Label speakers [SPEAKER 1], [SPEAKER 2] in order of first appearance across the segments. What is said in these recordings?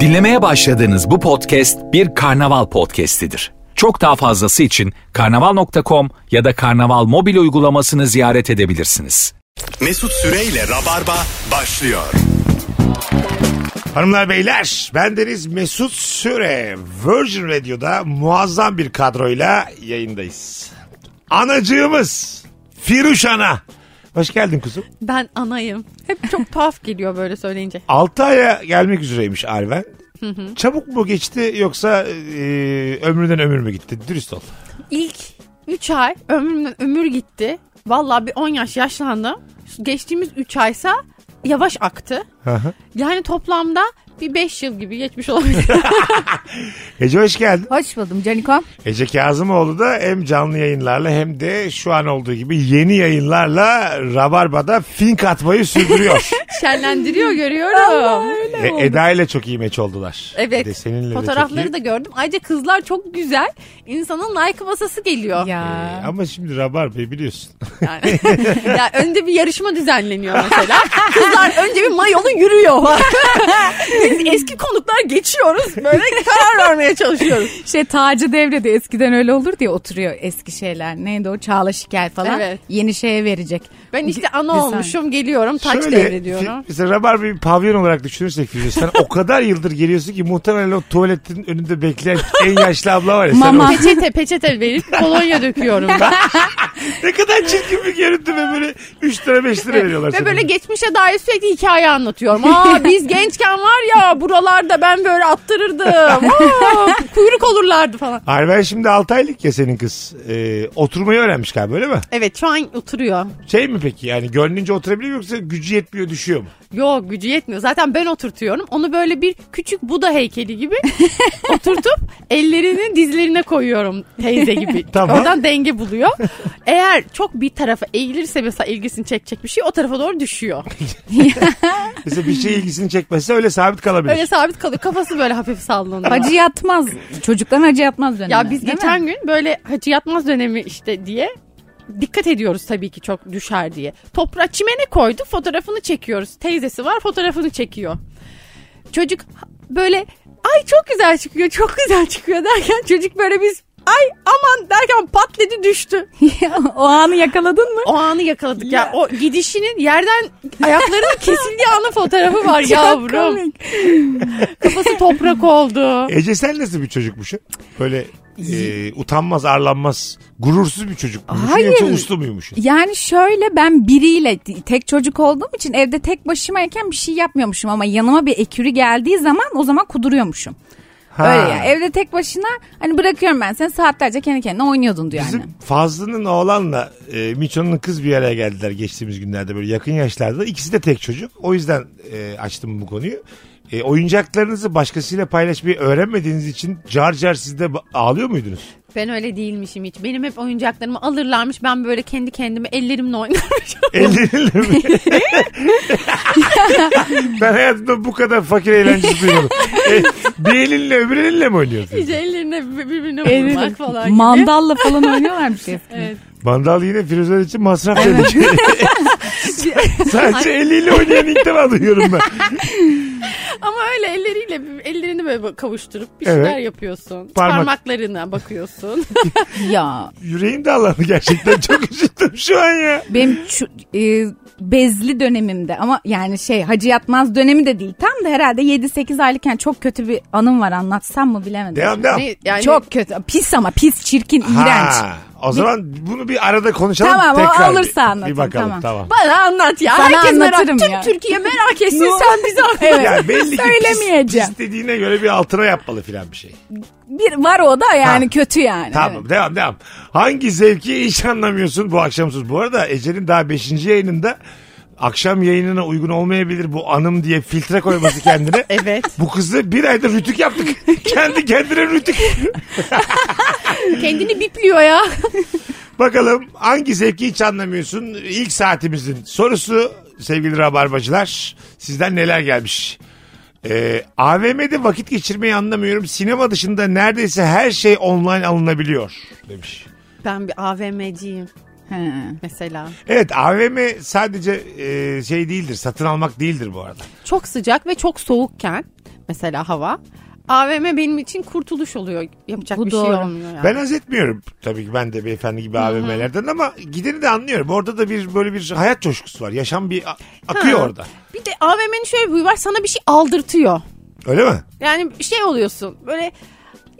[SPEAKER 1] Dinlemeye başladığınız bu podcast bir karnaval podcastidir. Çok daha fazlası için karnaval.com ya da karnaval mobil uygulamasını ziyaret edebilirsiniz.
[SPEAKER 2] Mesut Süreyle Rabarba başlıyor.
[SPEAKER 3] Hanımlar beyler ben Deniz Mesut Süre Virgin Radio'da muazzam bir kadroyla yayındayız. Anacığımız Firuş Ana. Hoş geldin kuzum.
[SPEAKER 4] Ben anayım. Hep çok tuhaf geliyor böyle söyleyince.
[SPEAKER 3] 6 aya gelmek üzereymiş Arven. Çabuk mu geçti yoksa e, ömründen ömür mü gitti? Dürüst ol.
[SPEAKER 4] İlk 3 ay ömrümden ömür gitti. Vallahi bir 10 yaş yaşlandım. Geçtiğimiz 3 aysa yavaş aktı. Yani toplamda bir 5 yıl gibi geçmiş olabilir.
[SPEAKER 3] Ece hoş geldin.
[SPEAKER 5] Hoş buldum Canikom.
[SPEAKER 3] Ece Kazımoğlu da hem canlı yayınlarla hem de şu an olduğu gibi yeni yayınlarla Rabarba'da fink atmayı sürdürüyor.
[SPEAKER 4] Şenlendiriyor görüyorum.
[SPEAKER 3] E, Eda ile çok iyi meç oldular. Bir de
[SPEAKER 4] Evet.
[SPEAKER 3] seninle de çok iyi.
[SPEAKER 4] Fotoğrafları da gördüm. Ayrıca kızlar çok güzel. İnsanın like masası geliyor. Ya.
[SPEAKER 5] Ya.
[SPEAKER 3] Ee, Ama şimdi Rabarba'yı biliyorsun.
[SPEAKER 4] Yani. ya önde bir yarışma düzenleniyor mesela. Kızlar önce bir mayolu yürüyor. Biz eski konuklar geçiyoruz. Böyle karar vermeye çalışıyoruz.
[SPEAKER 5] Şey Tacı Devre de eskiden öyle olur diye oturuyor eski şeyler. Neydi o Çağla Şikel falan.
[SPEAKER 4] Evet.
[SPEAKER 5] Yeni şeye verecek.
[SPEAKER 4] Ben işte ana
[SPEAKER 5] Güzel.
[SPEAKER 4] olmuşum geliyorum taç
[SPEAKER 3] Şöyle, fi-
[SPEAKER 4] devrediyorum.
[SPEAKER 3] Mesela Rabarba'yı bir pavyon olarak düşünürsek Firuze sen o kadar yıldır geliyorsun ki muhtemelen o tuvaletin önünde bekleyen en yaşlı abla var ya. sen
[SPEAKER 5] Mama.
[SPEAKER 3] o-
[SPEAKER 4] Peçete peçete verip kolonya döküyorum ben.
[SPEAKER 3] ne kadar çirkin bir görüntü ve böyle 3 lira 5 lira veriyorlar.
[SPEAKER 4] Ve
[SPEAKER 3] sana.
[SPEAKER 4] böyle geçmişe dair sürekli hikaye anlatıyorum. Aa biz gençken var ya buralarda ben böyle attırırdım. Aa, kuyruk olurlardı falan.
[SPEAKER 3] Arven şimdi 6 aylık ya senin kız. Ee, oturmayı öğrenmiş galiba öyle mi?
[SPEAKER 4] Evet şu an oturuyor.
[SPEAKER 3] Şey mi peki yani gönlünce oturabiliyor mu yoksa gücü yetmiyor düşüyor mu?
[SPEAKER 4] Yok gücü yetmiyor. Zaten ben oturtuyorum. Onu böyle bir küçük Buda heykeli gibi oturtup ellerini dizlerine koyuyorum teyze gibi.
[SPEAKER 3] Tamam.
[SPEAKER 4] Oradan denge buluyor. Eğer çok bir tarafa eğilirse mesela ilgisini çekecek bir şey o tarafa doğru düşüyor.
[SPEAKER 3] Mesela bir şey ilgisini çekmezse öyle sabit kalabilir.
[SPEAKER 4] Öyle sabit kalıyor. Kafası böyle hafif sallanıyor.
[SPEAKER 5] Hacı yatmaz. Çocuktan hacı yatmaz dönemi.
[SPEAKER 4] ya biz
[SPEAKER 5] değil Hani
[SPEAKER 4] geçen
[SPEAKER 5] mi?
[SPEAKER 4] gün böyle hacı yatmaz dönemi işte diye dikkat ediyoruz tabii ki çok düşer diye. Toprağa çimene koyduk fotoğrafını çekiyoruz. Teyzesi var fotoğrafını çekiyor. Çocuk böyle ay çok güzel çıkıyor çok güzel çıkıyor derken çocuk böyle biz ay aman derken pat dedi düştü.
[SPEAKER 5] o anı yakaladın mı?
[SPEAKER 4] O anı yakaladık ya. O gidişinin yerden ayaklarının kesildiği anın fotoğrafı var yavrum. Kafası toprak oldu.
[SPEAKER 3] Ece sen nasıl bir çocukmuşsun? Böyle e, utanmaz, arlanmaz, gurursuz bir çocuk muymuşsun
[SPEAKER 5] Hayır.
[SPEAKER 3] yoksa uslu muymuşsun?
[SPEAKER 5] Yani şöyle ben biriyle tek çocuk olduğum için evde tek başımayken bir şey yapmıyormuşum ama yanıma bir ekürü geldiği zaman o zaman kuduruyormuşum.
[SPEAKER 3] Ha.
[SPEAKER 5] Öyle ya. Evde tek başına hani bırakıyorum ben seni saatlerce kendi kendine oynuyordun diyor
[SPEAKER 3] Bizim
[SPEAKER 5] annem.
[SPEAKER 3] Fazlı'nın oğlanla e, Miço'nun kız bir araya geldiler geçtiğimiz günlerde böyle yakın yaşlarda. İkisi de tek çocuk. O yüzden e, açtım bu konuyu. E, oyuncaklarınızı başkasıyla paylaşmayı öğrenmediğiniz için car car siz de ba- ağlıyor muydunuz?
[SPEAKER 4] Ben öyle değilmişim hiç. Benim hep oyuncaklarımı alırlarmış. Ben böyle kendi kendime ellerimle oynarmışım.
[SPEAKER 3] Ellerinle mi? ben hayatımda bu kadar fakir eğlencesi duymadım. E, bir elinle öbür elinle mi oynuyorsunuz?
[SPEAKER 4] İşte ellerine bir- birbirine vurmak falan gibi.
[SPEAKER 5] Mandalla falan oynuyorlarmış ya.
[SPEAKER 4] Evet.
[SPEAKER 3] Mandal yine Firuze için masraf dedik. Sadece eliyle oynayan ilk defa duyuyorum ben.
[SPEAKER 4] Ama öyle elleriyle bir- ellerini böyle kavuşturup bir
[SPEAKER 3] Evet.
[SPEAKER 4] şeyler yapıyorsun.
[SPEAKER 3] Parmak-
[SPEAKER 4] Parmaklarına bakıyorsun.
[SPEAKER 5] ya
[SPEAKER 3] Yüreğim dağlandı gerçekten. Çok üzüldüm şu an ya.
[SPEAKER 5] benim şu- e, bezli dönemimde ama yani şey hacı yatmaz dönemi de değil. Tam da herhalde 7-8 aylıkken çok kötü bir anım var anlatsam mı bilemedim.
[SPEAKER 3] Devam devam.
[SPEAKER 4] Ne- yani
[SPEAKER 5] Çok kötü. Pis ama pis, çirkin, iğrenç.
[SPEAKER 3] Ha, o zaman bunu bir arada konuşalım.
[SPEAKER 5] Tamam
[SPEAKER 3] tekrar.
[SPEAKER 5] o
[SPEAKER 3] bir-
[SPEAKER 5] olursa anlatayım.
[SPEAKER 3] Bir bakalım tamam.
[SPEAKER 4] Bana anlat ya.
[SPEAKER 5] Sana
[SPEAKER 4] Herkes
[SPEAKER 5] anlatırım
[SPEAKER 4] merak.
[SPEAKER 5] ya.
[SPEAKER 4] Tüm Türkiye merak etsin
[SPEAKER 5] Ne
[SPEAKER 4] sen bize anlat.
[SPEAKER 5] Evet.
[SPEAKER 3] Ya belli ki pis,
[SPEAKER 5] Söylemeyeceğim.
[SPEAKER 3] pis dediğine göre bir altına yapmalı filan bir şey.
[SPEAKER 5] Bir var o da yani
[SPEAKER 3] Ha.
[SPEAKER 5] kötü yani.
[SPEAKER 3] Tamam
[SPEAKER 5] Evet.
[SPEAKER 3] devam devam. Hangi zevki hiç anlamıyorsun bu akşamsız? Bu arada Ece'nin daha 5. yayınında akşam yayınına uygun olmayabilir bu anım diye filtre koyması kendine.
[SPEAKER 4] Evet.
[SPEAKER 3] Bu kızı bir ayda rütük yaptık. Kendi kendine rütük.
[SPEAKER 4] Kendini bipliyor ya.
[SPEAKER 3] Bakalım hangi zevki hiç anlamıyorsun? İlk saatimizin sorusu sevgili rabarbacılar. Sizden neler gelmiş? Ee, AVM'de vakit geçirmeyi anlamıyorum. Sinema dışında neredeyse her şey online alınabiliyor demiş.
[SPEAKER 4] Ben bir AVM'ciyim.
[SPEAKER 5] He.
[SPEAKER 4] mesela.
[SPEAKER 3] Evet AVM sadece e, şey değildir satın almak değildir bu arada.
[SPEAKER 4] Çok sıcak ve çok soğukken mesela hava AVM benim için kurtuluş oluyor. Yapacak
[SPEAKER 5] Bu
[SPEAKER 4] bir şey
[SPEAKER 5] doğru.
[SPEAKER 4] olmuyor yani.
[SPEAKER 3] Ben haz etmiyorum tabii ki ben de beyefendi gibi AVM'lerden ama gideni de anlıyorum. Orada da bir böyle bir hayat coşkusu var. Yaşam bir a- akıyor
[SPEAKER 4] Ha.
[SPEAKER 3] orada.
[SPEAKER 4] Bir de AVM'nin şöyle bir huyu var sana bir şey aldırtıyor.
[SPEAKER 3] Öyle mi?
[SPEAKER 4] Yani şey oluyorsun böyle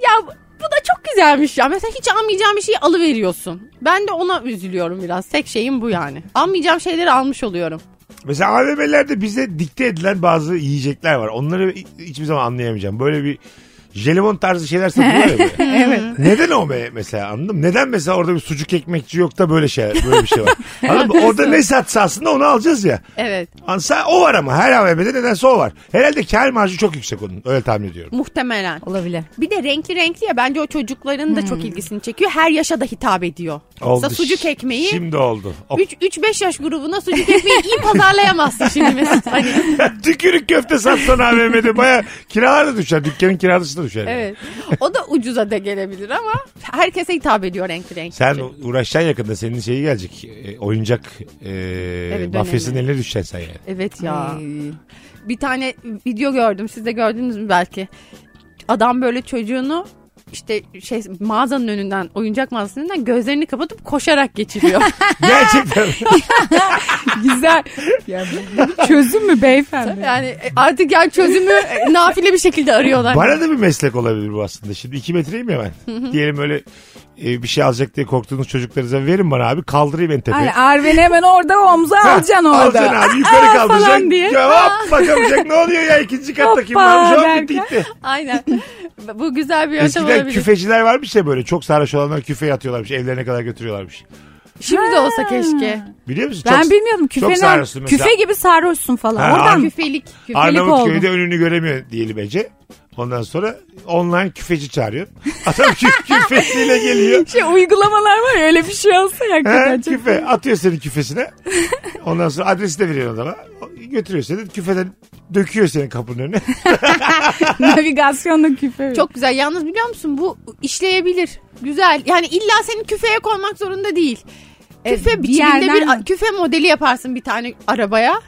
[SPEAKER 4] ya bu da çok güzelmiş ya. Mesela hiç almayacağım bir şeyi alıveriyorsun. Ben de ona üzülüyorum biraz. Tek şeyim bu yani. Almayacağım şeyleri almış oluyorum.
[SPEAKER 3] Mesela AVM'lerde bize dikte edilen bazı yiyecekler var. Onları hi- hiçbir zaman anlayamayacağım. Böyle bir jelibon tarzı şeyler satılıyor ya. böyle.
[SPEAKER 5] Evet.
[SPEAKER 3] Neden o be mesela anladım. Neden mesela orada bir sucuk ekmekçi yok da böyle şey böyle bir şey var. Anladın mı? Orada ne satsa aslında onu alacağız ya.
[SPEAKER 4] Evet.
[SPEAKER 3] Ansa o var ama her AVM'de nedense o var. Herhalde kar marjı çok yüksek onun. Öyle tahmin ediyorum.
[SPEAKER 4] Muhtemelen.
[SPEAKER 5] Olabilir.
[SPEAKER 4] Bir de renkli renkli ya bence o çocukların da
[SPEAKER 3] Hmm.
[SPEAKER 4] çok ilgisini çekiyor. Her yaşa da hitap ediyor. Mesela sucuk ekmeği
[SPEAKER 3] Şimdi oldu. O
[SPEAKER 4] 3-5 yaş grubuna sucuk ekmeği iyi pazarlayamazsın şimdi Mesut. Hani,
[SPEAKER 3] tükürük köfte satsan AVM'de baya kiralar da düşer. Dükkanın kirası da düşer.
[SPEAKER 4] evet. O da ucuza da gelebilir ama herkese hitap ediyor renkli renkli.
[SPEAKER 3] Sen
[SPEAKER 5] Şey-
[SPEAKER 3] uğraşacaksın yakında senin şeyi gelecek. E, oyuncak e,
[SPEAKER 4] önemli.
[SPEAKER 3] mafyasının eline düşeceksin sen yani.
[SPEAKER 4] Evet ya.
[SPEAKER 3] Hmm.
[SPEAKER 5] Ay.
[SPEAKER 4] Bir tane video gördüm. Siz de gördünüz mü belki? Adam böyle çocuğunu işte şey mağazanın önünden oyuncak mağazasının önünden gözlerini kapatıp koşarak geçiriyor.
[SPEAKER 3] Gerçekten.
[SPEAKER 5] Güzel. Ya bu çözüm mü beyefendi?
[SPEAKER 4] yani artık yani çözümü nafile bir şekilde arıyorlar.
[SPEAKER 3] Bana da bir meslek olabilir bu aslında. Şimdi iki metreyim ya ben. Diyelim öyle e, bir şey alacak diye korktuğunuz çocuklarınıza verin bana abi kaldırayım en tepeye.
[SPEAKER 5] Hani Arven hemen orada omza alacaksın orada.
[SPEAKER 3] Alacaksın abi yukarı
[SPEAKER 5] Aa,
[SPEAKER 3] kaldıracaksın.
[SPEAKER 5] falan diye.
[SPEAKER 3] Ya Hop bakamayacak ne oluyor ya ikinci katta kim
[SPEAKER 5] Hoppa
[SPEAKER 3] varmış hop
[SPEAKER 5] derken.
[SPEAKER 3] bitti gitti.
[SPEAKER 4] Aynen. Bu güzel bir yöntem
[SPEAKER 3] Eskiden
[SPEAKER 4] olabilir.
[SPEAKER 3] küfeciler varmış ya böyle çok sarhoş olanlar küfeye atıyorlarmış evlerine kadar götürüyorlarmış.
[SPEAKER 4] Şimdi de olsa keşke.
[SPEAKER 3] Biliyor musun?
[SPEAKER 5] Ben
[SPEAKER 3] Çok-
[SPEAKER 5] bilmiyordum
[SPEAKER 3] Çok sarhoşsun
[SPEAKER 5] küfenin.
[SPEAKER 3] mesela.
[SPEAKER 5] Küfe gibi sarhoşsun falan.
[SPEAKER 3] Ha,
[SPEAKER 5] Oradan
[SPEAKER 3] Ar-
[SPEAKER 4] Küfelik. Küfelik oldu.
[SPEAKER 3] Arnavutköy'de önünü göremiyor diyelim Ece. Ondan sonra online küfeci çağırıyor. Adam kü- küfesiyle geliyor.
[SPEAKER 5] şey uygulamalar var ya öyle bir şey olsa
[SPEAKER 3] He,
[SPEAKER 5] hakikaten. çok-
[SPEAKER 3] küfe atıyor seni küfesine. Ondan sonra adresi de veriyor adama. Götürüyor seni küfeden döküyor senin kapının önüne.
[SPEAKER 5] Navigasyonla küfe.
[SPEAKER 4] Çok güzel. Yalnız biliyor musun bu işleyebilir. Güzel. Yani illa seni küfeye koymak zorunda değil.
[SPEAKER 5] E,
[SPEAKER 4] Küfe
[SPEAKER 5] bir
[SPEAKER 4] biçiminde
[SPEAKER 5] yerden-
[SPEAKER 4] bir küfe modeli yaparsın bir tane arabaya.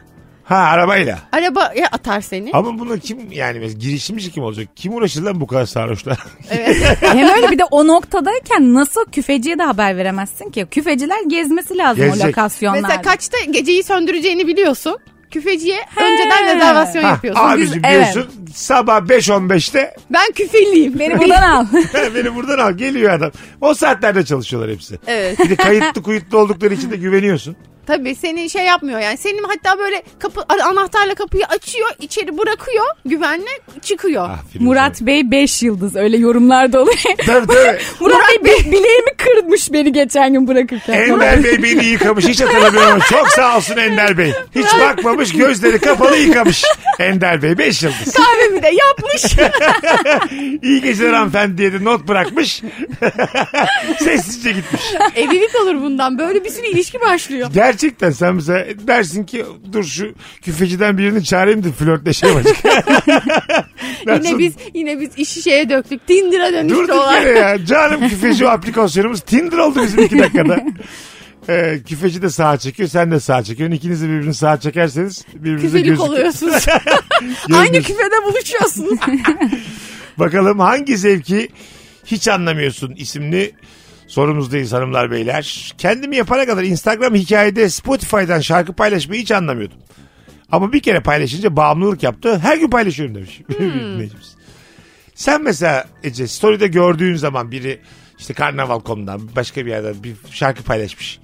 [SPEAKER 3] Ha arabayla.
[SPEAKER 4] Arabaya atar seni.
[SPEAKER 3] Ama bunu kim yani mesela girişimci kim olacak? Kim uğraşır lan bu kadar sarhoşla?
[SPEAKER 5] Hem öyle bir de o noktadayken nasıl küfeciye de haber veremezsin ki? Küfeciler gezmesi lazım
[SPEAKER 3] Gezecek.
[SPEAKER 5] o lokasyonlarda.
[SPEAKER 4] Mesela kaçta geceyi söndüreceğini biliyorsun. Küfeciye önceden rezervasyon
[SPEAKER 3] Ha,
[SPEAKER 4] yapıyorsun.
[SPEAKER 3] abicim
[SPEAKER 5] Biz- evet.
[SPEAKER 3] diyorsun sabah 5.15'te
[SPEAKER 4] Ben küfeliyim.
[SPEAKER 5] Beni buradan al.
[SPEAKER 3] beni buradan al geliyor adam. O saatlerde çalışıyorlar hepsi.
[SPEAKER 4] Evet.
[SPEAKER 3] Bir de kayıtlı kuyutlu oldukları için de güveniyorsun.
[SPEAKER 4] Tabii seni şey yapmıyor yani. Senin hatta böyle kapı anahtarla kapıyı açıyor, içeri bırakıyor, güvenle çıkıyor.
[SPEAKER 3] Aferin
[SPEAKER 5] Murat Bey 5 yıldız öyle yorumlar da oluyor.
[SPEAKER 3] sana. Tabii tabii.
[SPEAKER 5] Murat, Bey bi- bileğimi kırmış beni geçen gün bırakırken.
[SPEAKER 3] Ender Bey beni yıkamış hiç hatırlamıyorum ama çok sağ olsun Ender Bey. Hiç bakmamış gözleri kapalı yıkamış. Ender Bey 5 yıldız.
[SPEAKER 4] Kahvemi de yapmış.
[SPEAKER 3] İyi geceler hanımefendi diye de not bırakmış. Sessizce gitmiş.
[SPEAKER 4] Evlilik olur bundan. Böyle bir sürü ilişki başlıyor.
[SPEAKER 3] Gerçekten sen mesela dersin ki dur şu küfeciden birini çağırayım da flörtleşelim azıcık.
[SPEAKER 4] Yine biz yine biz işi şeye döktük. Tinder'a dönüştü
[SPEAKER 3] Durduk
[SPEAKER 4] olay.
[SPEAKER 3] yere ya. Canım küfeci aplikasyonumuz Tinder oldu bizim iki dakikada. Ee, küfeci de sağa çekiyor sen de sağa çekiyorsun. İkiniz de birbirini sağa çekerseniz birbirinize
[SPEAKER 4] Küfelik
[SPEAKER 3] gözük.
[SPEAKER 4] oluyorsunuz. Aynı
[SPEAKER 3] Aynı
[SPEAKER 4] küfede buluşuyorsunuz.
[SPEAKER 3] Bakalım hangi zevki hiç anlamıyorsun isimli sorumuzdayız hanımlar beyler. Kendimi yapana kadar Instagram hikayede Spotify'dan şarkı paylaşmayı hiç anlamıyordum. Ama bir kere paylaşınca bağımlılık yaptı. Her gün paylaşıyorum demiş.
[SPEAKER 5] Hmm.
[SPEAKER 3] bir dinleyicimiz. Sen mesela Ece story'de gördüğün zaman biri işte Karnaval.com'dan başka bir yerden bir şarkı paylaşmış.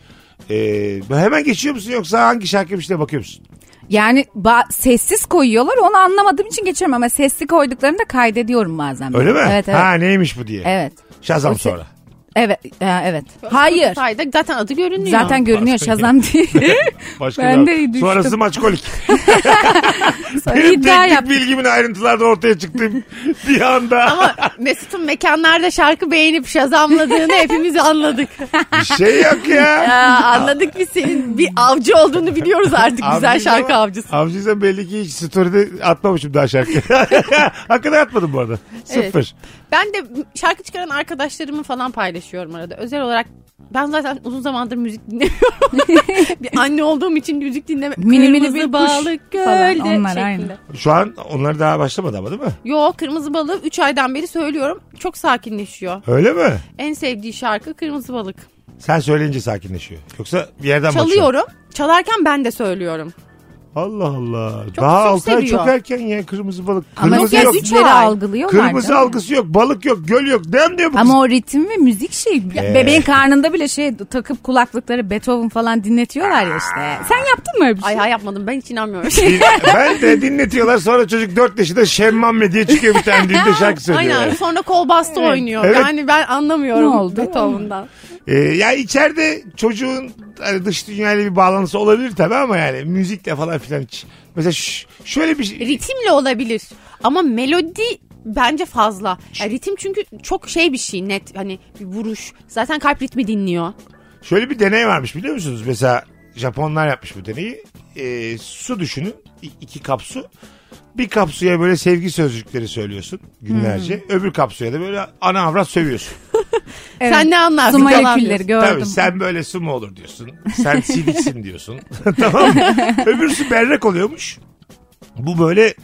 [SPEAKER 3] Ee, hemen geçiyor musun yoksa hangi şarkıymış diye bakıyor musun?
[SPEAKER 5] Yani ba- sessiz koyuyorlar onu anlamadığım için geçiyorum ama sesli koyduklarını da kaydediyorum bazen.
[SPEAKER 3] Öyle mi?
[SPEAKER 5] Evet evet.
[SPEAKER 3] Ha neymiş bu diye.
[SPEAKER 5] Evet.
[SPEAKER 3] Şazam
[SPEAKER 5] O se-
[SPEAKER 3] sonra.
[SPEAKER 5] Evet, e, evet. Hayır.
[SPEAKER 4] Sayda zaten adı görünüyor.
[SPEAKER 5] Zaten görünüyor
[SPEAKER 3] Başka- şey.
[SPEAKER 5] Şazam diye.
[SPEAKER 3] Başka bir-
[SPEAKER 5] Ben de düştüm.
[SPEAKER 3] Sonrası maçkolik.
[SPEAKER 5] Sonra
[SPEAKER 3] Benim
[SPEAKER 5] iddia
[SPEAKER 3] teknik
[SPEAKER 5] yap.
[SPEAKER 3] bilgimin ayrıntılarda ortaya çıktım bir anda.
[SPEAKER 4] Ama Mesut'un mekanlarda şarkı beğenip şazamladığını hepimiz anladık.
[SPEAKER 3] Bir şey yok ya.
[SPEAKER 4] Aa, Ee, anladık biz senin bir avcı olduğunu biliyoruz artık. Güzel
[SPEAKER 3] Avcıyız
[SPEAKER 4] şarkı
[SPEAKER 3] ama-
[SPEAKER 4] avcısı.
[SPEAKER 3] Avcıysan belli ki hiç story'de atmamışım daha şarkı. Hakikaten atmadım bu arada.
[SPEAKER 4] Evet.
[SPEAKER 3] Sıfır.
[SPEAKER 4] Ben de şarkı çıkaran arkadaşlarımı falan paylaşıyorum arada. Özel olarak ben zaten uzun zamandır müzik dinlemiyorum. bir anne olduğum için müzik dinleme.
[SPEAKER 5] Mini mini
[SPEAKER 4] Kırmızı
[SPEAKER 5] bir kuş
[SPEAKER 4] balık
[SPEAKER 5] falan,
[SPEAKER 4] gölde
[SPEAKER 5] onlar
[SPEAKER 4] şeklinde.
[SPEAKER 5] aynı.
[SPEAKER 3] Şu an onlar daha başlamadı ama değil mi?
[SPEAKER 4] Yo kırmızı balığı 3 aydan beri söylüyorum. Çok sakinleşiyor.
[SPEAKER 3] Öyle mi?
[SPEAKER 4] En sevdiği şarkı kırmızı balık.
[SPEAKER 3] Sen söyleyince sakinleşiyor. Yoksa bir yerden bakıyor.
[SPEAKER 4] Çalıyorum. Çalarken ben de söylüyorum.
[SPEAKER 3] Allah Allah.
[SPEAKER 4] Çok
[SPEAKER 3] daha
[SPEAKER 4] çok
[SPEAKER 3] altı ay
[SPEAKER 4] seviyor.
[SPEAKER 3] çok erken ya kırmızı balık.
[SPEAKER 5] Ama
[SPEAKER 3] Kırmızı
[SPEAKER 5] siz
[SPEAKER 3] yok.
[SPEAKER 4] üç-
[SPEAKER 5] sizleri
[SPEAKER 4] ay.
[SPEAKER 5] algılıyorlar.
[SPEAKER 3] Kırmızı
[SPEAKER 5] canım.
[SPEAKER 3] algısı yok. Balık yok. Göl yok. Ne diyor bu kız?
[SPEAKER 5] Ama o ritim ve müzik şey.
[SPEAKER 3] Ee.
[SPEAKER 5] Bebeğin karnında bile şey takıp kulaklıkları Beethoven falan dinletiyorlar ya işte. Sen yaptın mı öyle bir şey?
[SPEAKER 4] Ay ha yapmadım ben hiç inanmıyorum.
[SPEAKER 3] Şey, ben de dinletiyorlar sonra çocuk 4 yaşında Şemmamme diye çıkıyor bir tane düğünde şarkı söylüyor.
[SPEAKER 4] Aynen sonra kol bastı oynuyor.
[SPEAKER 3] Evet.
[SPEAKER 4] Yani ben anlamıyorum
[SPEAKER 5] Ne oldu?
[SPEAKER 4] Beethoven'dan.
[SPEAKER 3] Ee, ya içeride çocuğun hani dış dünyayla bir bağlantısı olabilir tabii ama yani müzikle falan filan hiç. Mesela ş- şöyle bir şey.
[SPEAKER 4] Ritimle olabilir. Ama melodi bence fazla. Yani ritim çünkü çok şey bir şey net. Hani bir vuruş. Zaten kalp ritmi dinliyor.
[SPEAKER 3] Şöyle bir deney varmış biliyor musunuz? Mesela Japonlar yapmış bu deneyi. Ee, su düşünün. İ- iki kap su. Bir kap suya böyle sevgi sözcükleri söylüyorsun günlerce. Öbür kap suya da böyle ana avrat sövüyorsun.
[SPEAKER 5] Evet.
[SPEAKER 4] Sen ne anlarsın?
[SPEAKER 5] Su
[SPEAKER 4] falan
[SPEAKER 5] molekülleri
[SPEAKER 4] diyorsun.
[SPEAKER 5] gördüm.
[SPEAKER 3] Tabii sen böyle su mu olur diyorsun. Sen siliksin diyorsun. tamam mı? Öbür su berrak oluyormuş. Bu böyle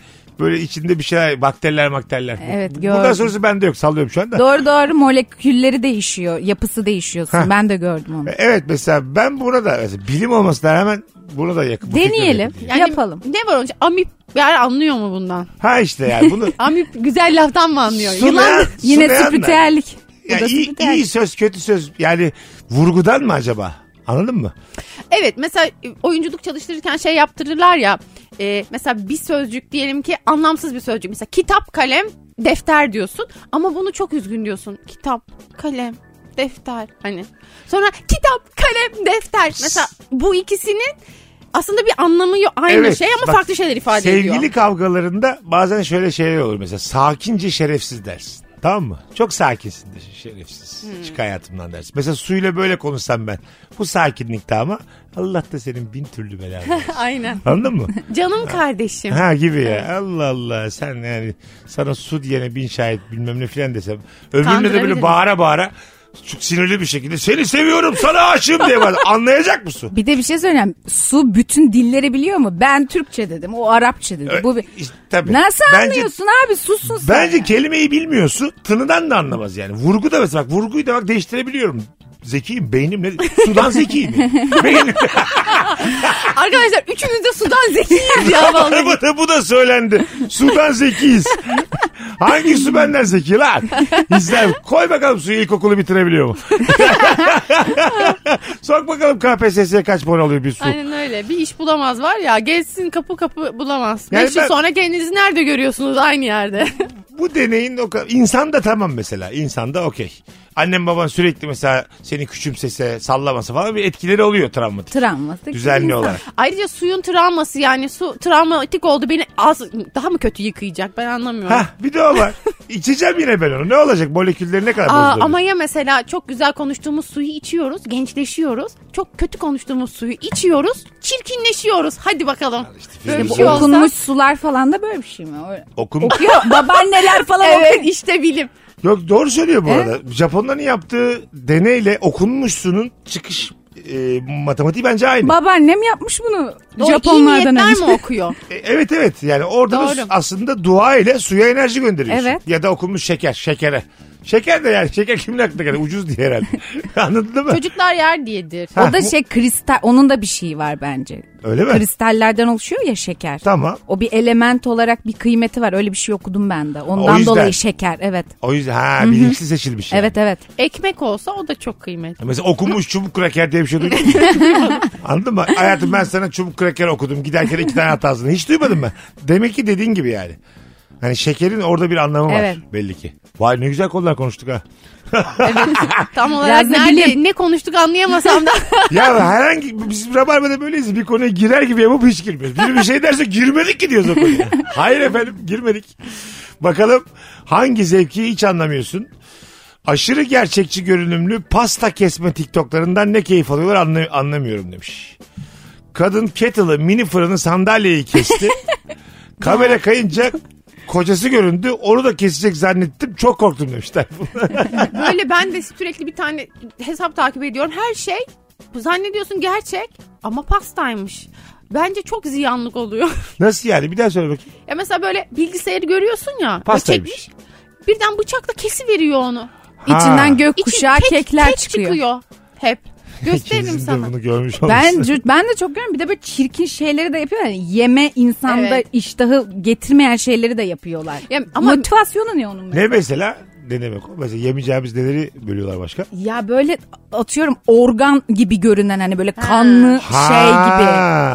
[SPEAKER 3] böyle içinde bir şeyler bakteriler bakteriler.
[SPEAKER 5] Evet,
[SPEAKER 3] Bundan
[SPEAKER 5] gördüm.
[SPEAKER 3] sonrası bende yok sallıyorum şu anda.
[SPEAKER 5] Doğru doğru molekülleri değişiyor. Yapısı değişiyor.
[SPEAKER 3] Heh.
[SPEAKER 5] Ben de gördüm onu.
[SPEAKER 3] Evet mesela ben buna da mesela bilim olmasına rağmen buna da yakın. bu fikre de
[SPEAKER 5] Deneyelim.
[SPEAKER 3] yakın değilim.
[SPEAKER 4] Yani
[SPEAKER 5] Yapalım.
[SPEAKER 4] Ne var onun için? Amip yani anlıyor mu bundan?
[SPEAKER 3] Ha işte yani bunu
[SPEAKER 4] Amip güzel laftan mı anlıyor? Yılan
[SPEAKER 3] sunayan-
[SPEAKER 5] Yine
[SPEAKER 3] sunayan da-
[SPEAKER 5] spiritüellik. Bu
[SPEAKER 3] Ya
[SPEAKER 5] da
[SPEAKER 3] iyi,
[SPEAKER 5] spiritüellik.
[SPEAKER 3] iyi söz kötü söz yani vurgudan mı acaba? Anladın mı?
[SPEAKER 4] Evet mesela e, oyunculuk çalıştırırken şey yaptırırlar ya. e, mesela bir sözcük diyelim ki anlamsız bir sözcük. Mesela kitap, kalem, defter diyorsun. Ama bunu çok üzgün diyorsun. Kitap, kalem, defter hani. Sonra kitap, kalem, defter. Mesela bu ikisinin aslında bir anlamı yok. Aynı
[SPEAKER 3] Evet,
[SPEAKER 4] şey ama
[SPEAKER 3] bak,
[SPEAKER 4] farklı şeyler ifade
[SPEAKER 3] Sevgili
[SPEAKER 4] ediyor.
[SPEAKER 3] kavgalarında bazen şöyle şeyler olur mesela sakince şerefsiz dersin. Tamam mı? Çok sakinsindir şerefsiz.
[SPEAKER 4] Hmm.
[SPEAKER 3] Çık hayatımdan dersin. Mesela suyla böyle konuşsam ben. Bu sakinlikte ama Allah da senin bin türlü belanı. versin.
[SPEAKER 4] Aynen.
[SPEAKER 3] Anladın mı?
[SPEAKER 4] Canım kardeşim.
[SPEAKER 3] Ha gibi ya. Allah Allah sen yani sana su diyene bin şahit bilmem ne filan desem. Öbürüne de böyle
[SPEAKER 4] Kandırabilirim.
[SPEAKER 3] bağıra bağıra çok sinirli bir şekilde seni seviyorum sana aşığım diye bağır. Anlayacak mısın?
[SPEAKER 5] Bir de bir şey söyleyeyim. Su bütün dilleri biliyor mu? Ben Türkçe dedim. O Arapça dedi. Bu bir...
[SPEAKER 3] İşte tabii.
[SPEAKER 5] Nasıl
[SPEAKER 3] Bence-
[SPEAKER 5] anlıyorsun abi? Sussun sen.
[SPEAKER 3] Bence kelimeyi bilmiyorsun. Tınıdan da anlamaz yani. Vurgu da mesela bak vurguyu da bak değiştirebiliyorum. Zekiyim beynimle. Sudan zekiyim. yani. Beynim.
[SPEAKER 4] Arkadaşlar üçümüz de sudan zekiyiz ya vallahi.
[SPEAKER 3] bu, da, bu da söylendi. Sudan zekiyiz. Hangi su benden zeki lan? İzler koy bakalım suyu ilkokulu bitirebiliyor mu? Sok bakalım KPSS'ye kaç puan alıyor bir su.
[SPEAKER 4] Aynen öyle. Bir iş bulamaz var ya. Gelsin kapı kapı bulamaz.
[SPEAKER 3] Yani
[SPEAKER 4] Beş yıl
[SPEAKER 3] ben-
[SPEAKER 4] sonra kendinizi nerede görüyorsunuz aynı yerde?
[SPEAKER 3] bu deneyin o kadar. İnsan da tamam mesela. İnsan da okey. Annem baban sürekli mesela seni küçümsese, sallamasa falan bir etkileri oluyor travmatik.
[SPEAKER 5] Travması.
[SPEAKER 3] Düzenli
[SPEAKER 5] insan.
[SPEAKER 3] olarak.
[SPEAKER 4] Ayrıca suyun travması yani su travmatik oldu beni az daha mı kötü yıkayacak ben anlamıyorum.
[SPEAKER 3] Hah bir de o var. İçeceğim yine ben onu. Ne olacak? Molekülleri ne kadar
[SPEAKER 4] Aa,
[SPEAKER 3] bozulabilir?
[SPEAKER 4] ama ya mesela çok güzel konuştuğumuz suyu içiyoruz, gençleşiyoruz. Çok kötü konuştuğumuz suyu içiyoruz, çirkinleşiyoruz. Hadi bakalım.
[SPEAKER 3] işte
[SPEAKER 4] Böyle bir
[SPEAKER 3] bizim
[SPEAKER 4] şey
[SPEAKER 3] o-
[SPEAKER 4] olsa.
[SPEAKER 5] Okunmuş sular falan da böyle bir şey mi? O-
[SPEAKER 3] Okun...
[SPEAKER 5] Yok babaanneler falan
[SPEAKER 4] Evet
[SPEAKER 5] okuyor.
[SPEAKER 4] işte bilim.
[SPEAKER 3] Yok doğru söylüyor bu arada. Japonların yaptığı deneyle okunmuş sunun çıkış e, matematiği bence aynı.
[SPEAKER 5] Babaannem yapmış bunu.
[SPEAKER 4] Doğru,
[SPEAKER 5] Japonlardan
[SPEAKER 4] iyi
[SPEAKER 5] önce.
[SPEAKER 4] niyetler mi okuyor?
[SPEAKER 3] E, evet evet yani orada da
[SPEAKER 4] Doğru.
[SPEAKER 3] aslında dua ile suya enerji gönderiyorsun.
[SPEAKER 5] Evet.
[SPEAKER 3] Ya da okunmuş şeker, şekere. Şeker de yani şeker kimin aklına geldi? Ucuz diye herhalde. Anladın mı?
[SPEAKER 4] Çocuklar yer diyedir.
[SPEAKER 5] O da şey kristal onun da bir şeyi var bence.
[SPEAKER 3] Öyle mi?
[SPEAKER 5] Kristallerden oluşuyor ya şeker.
[SPEAKER 3] Tamam.
[SPEAKER 5] O bir element olarak bir kıymeti var. Öyle bir şey okudum ben de. Ondan
[SPEAKER 3] yüzden.
[SPEAKER 5] dolayı şeker. Evet.
[SPEAKER 3] O yüzden ha bilinçli seçilmiş. yani.
[SPEAKER 5] Evet evet.
[SPEAKER 4] Ekmek olsa o da çok kıymetli.
[SPEAKER 3] Mesela okunmuş çubuk kraker diye bir şey duydun mu? Anladın mı? Hayatım ben sana çubuk kraker okudum. Giderken iki tane hatasını. Hiç duymadım ben. Demek ki dediğin gibi yani. Hani şekerin orada bir anlamı
[SPEAKER 5] Evet.
[SPEAKER 3] var belli ki. Vay ne güzel konular konuştuk ha.
[SPEAKER 4] Tam olarak
[SPEAKER 5] Biraz da
[SPEAKER 4] nerede
[SPEAKER 5] bilim.
[SPEAKER 4] ne konuştuk anlayamasam da.
[SPEAKER 3] Ya herhangi biz Rabarba'da böyleyiz. Bir konuya girer gibi yapıp hiç girmiyoruz. Biri bir şey derse girmedik ki diyoruz o konuya. Hayır efendim girmedik. Bakalım hangi zevki hiç anlamıyorsun. Aşırı gerçekçi görünümlü pasta kesme TikTok'larından ne keyif alıyorlar anla- anlamıyorum demiş. Kadın kettle'ı mini fırını sandalyeyi kesti. Kamera kayınca kocası göründü. Onu da kesecek zannettim. Çok korktum demiş Tayfun.
[SPEAKER 4] Böyle ben de sürekli bir tane hesap takip ediyorum. Her şey bu zannediyorsun gerçek ama pastaymış. Bence çok ziyanlık oluyor.
[SPEAKER 3] Nasıl yani? Bir daha söyle bakayım.
[SPEAKER 4] ya mesela böyle bilgisayarı görüyorsun ya.
[SPEAKER 3] Pastaymış.
[SPEAKER 4] Çekmiş. Birden bıçakla kesiveriyor onu.
[SPEAKER 3] Ha.
[SPEAKER 5] İçinden
[SPEAKER 4] İçin
[SPEAKER 5] gökkuşağı
[SPEAKER 4] tek-
[SPEAKER 5] kekler
[SPEAKER 4] tek
[SPEAKER 5] çıkıyor.
[SPEAKER 4] Hep. Gösteririm
[SPEAKER 3] İkinizin de
[SPEAKER 4] sana.
[SPEAKER 3] bunu görmüş
[SPEAKER 5] Ben
[SPEAKER 3] olması.
[SPEAKER 5] cürt- ben de çok görüyorum. Bir de böyle çirkin şeyleri de yapıyorlar. Yani yeme insanda
[SPEAKER 4] Evet.
[SPEAKER 5] iştahı getirmeyen şeyleri de yapıyorlar.
[SPEAKER 4] Ya ama-
[SPEAKER 5] ama motivasyonu ne onun? mesela?
[SPEAKER 3] Ne mesela? Ne demek o? Mesela yemeyeceğimiz neleri bölüyorlar başka?
[SPEAKER 5] Ya böyle atıyorum organ gibi görünen hani böyle kanlı
[SPEAKER 3] Ha.
[SPEAKER 5] şey gibi.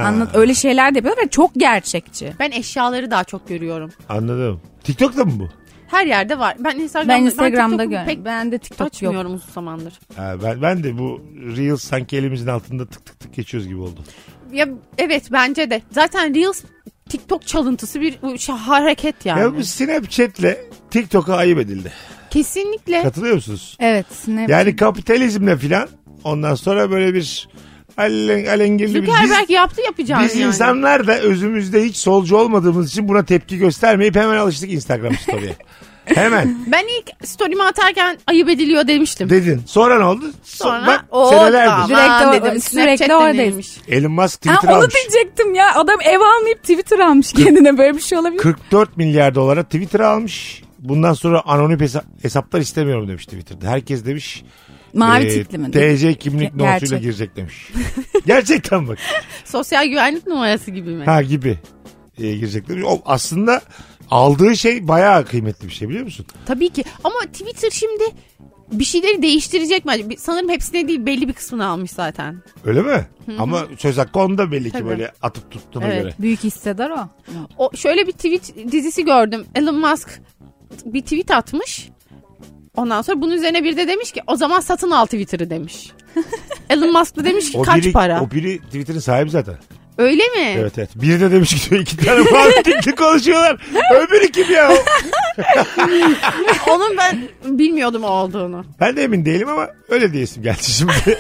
[SPEAKER 5] Anlat öyle şeyler de yapıyorlar ve çok gerçekçi.
[SPEAKER 4] Ben eşyaları daha çok görüyorum.
[SPEAKER 3] Anladım. TikTok'ta mı bu?
[SPEAKER 4] Her yerde var. Ben Instagram'da,
[SPEAKER 5] Ben Instagram'da
[SPEAKER 4] TikTok'u
[SPEAKER 5] görüyorum.
[SPEAKER 4] pek
[SPEAKER 5] Ben de TikTok yok.
[SPEAKER 4] açmıyorum uzun zamandır.
[SPEAKER 3] Ha, ben, ben de bu Reels sanki elimizin altında tık tık tık geçiyoruz gibi oldu.
[SPEAKER 4] Ya evet bence de. Zaten Reels TikTok çalıntısı bir şey, hareket yani.
[SPEAKER 3] Ya bu Snapchat'le TikTok'a ayıp edildi.
[SPEAKER 4] Kesinlikle.
[SPEAKER 3] Katılıyor musunuz?
[SPEAKER 5] Evet. Ne?
[SPEAKER 3] Yani kapitalizmle filan ondan sonra böyle bir alen, alengirli bir... Biz,
[SPEAKER 4] Zuckerberg yaptı yapacağını
[SPEAKER 3] biz
[SPEAKER 4] yani.
[SPEAKER 3] insanlar da özümüzde hiç solcu olmadığımız için buna tepki göstermeyip hemen alıştık Instagram story'e. hemen.
[SPEAKER 4] Ben ilk story'imi atarken ayıp ediliyor demiştim.
[SPEAKER 3] Dedin. Sonra ne oldu? So-
[SPEAKER 4] Sonra
[SPEAKER 3] bak,
[SPEAKER 4] o
[SPEAKER 3] senelerdir.
[SPEAKER 4] aman
[SPEAKER 5] Direkt o-
[SPEAKER 4] dedim.
[SPEAKER 5] sürekli
[SPEAKER 4] Snapchat'ten
[SPEAKER 5] oradayız.
[SPEAKER 4] neymiş?
[SPEAKER 3] Elon Musk
[SPEAKER 5] Ha,
[SPEAKER 3] Twitter
[SPEAKER 5] onu
[SPEAKER 3] almış.
[SPEAKER 5] diyecektim ya. Adam ev almayıp Twitter almış kendine. Böyle bir şey olabilir.
[SPEAKER 3] 44 milyar dolara Twitter almış. Bundan sonra anonim hesa- hesaplar istemiyorum demiş Twitter'da. Herkes demiş.
[SPEAKER 5] Mavi
[SPEAKER 3] e,
[SPEAKER 5] tikli mi?
[SPEAKER 3] TC kimlik
[SPEAKER 5] Ge-
[SPEAKER 3] notuyla
[SPEAKER 5] gerçek.
[SPEAKER 3] girecek demiş. Gerçekten bak.
[SPEAKER 4] Sosyal güvenlik numarası gibi mi?
[SPEAKER 3] Ha gibi. E, girecek demiş. O, aslında aldığı şey bayağı kıymetli bir şey biliyor musun?
[SPEAKER 4] Tabii ki. Ama Twitter şimdi bir şeyleri değiştirecek mi? Hani Bir- Sanırım hepsine değil belli bir kısmını almış zaten.
[SPEAKER 3] Öyle mi? Ama söz hakkı onda belli ki
[SPEAKER 4] Tabii.
[SPEAKER 3] böyle atıp tuttuğuna
[SPEAKER 4] Evet.
[SPEAKER 3] göre.
[SPEAKER 5] Büyük hissedar o.
[SPEAKER 4] O şöyle bir tweet dizisi gördüm. Elon Musk bir tweet atmış. Ondan sonra bunun üzerine bir de demiş ki o zaman satın al Twitter'ı demiş. Elon Musk da demiş ki
[SPEAKER 3] O
[SPEAKER 4] kaç
[SPEAKER 3] biri,
[SPEAKER 4] para?
[SPEAKER 3] O biri Twitter'ın sahibi zaten.
[SPEAKER 4] Öyle mi?
[SPEAKER 3] Evet evet. Biri de demiş ki diyor, iki tane mavi tikli konuşuyorlar. Öbürü kim ya? O-
[SPEAKER 4] Onun ben bilmiyordum o olduğunu.
[SPEAKER 3] Ben de emin değilim ama öyle diyesim geldi şimdi.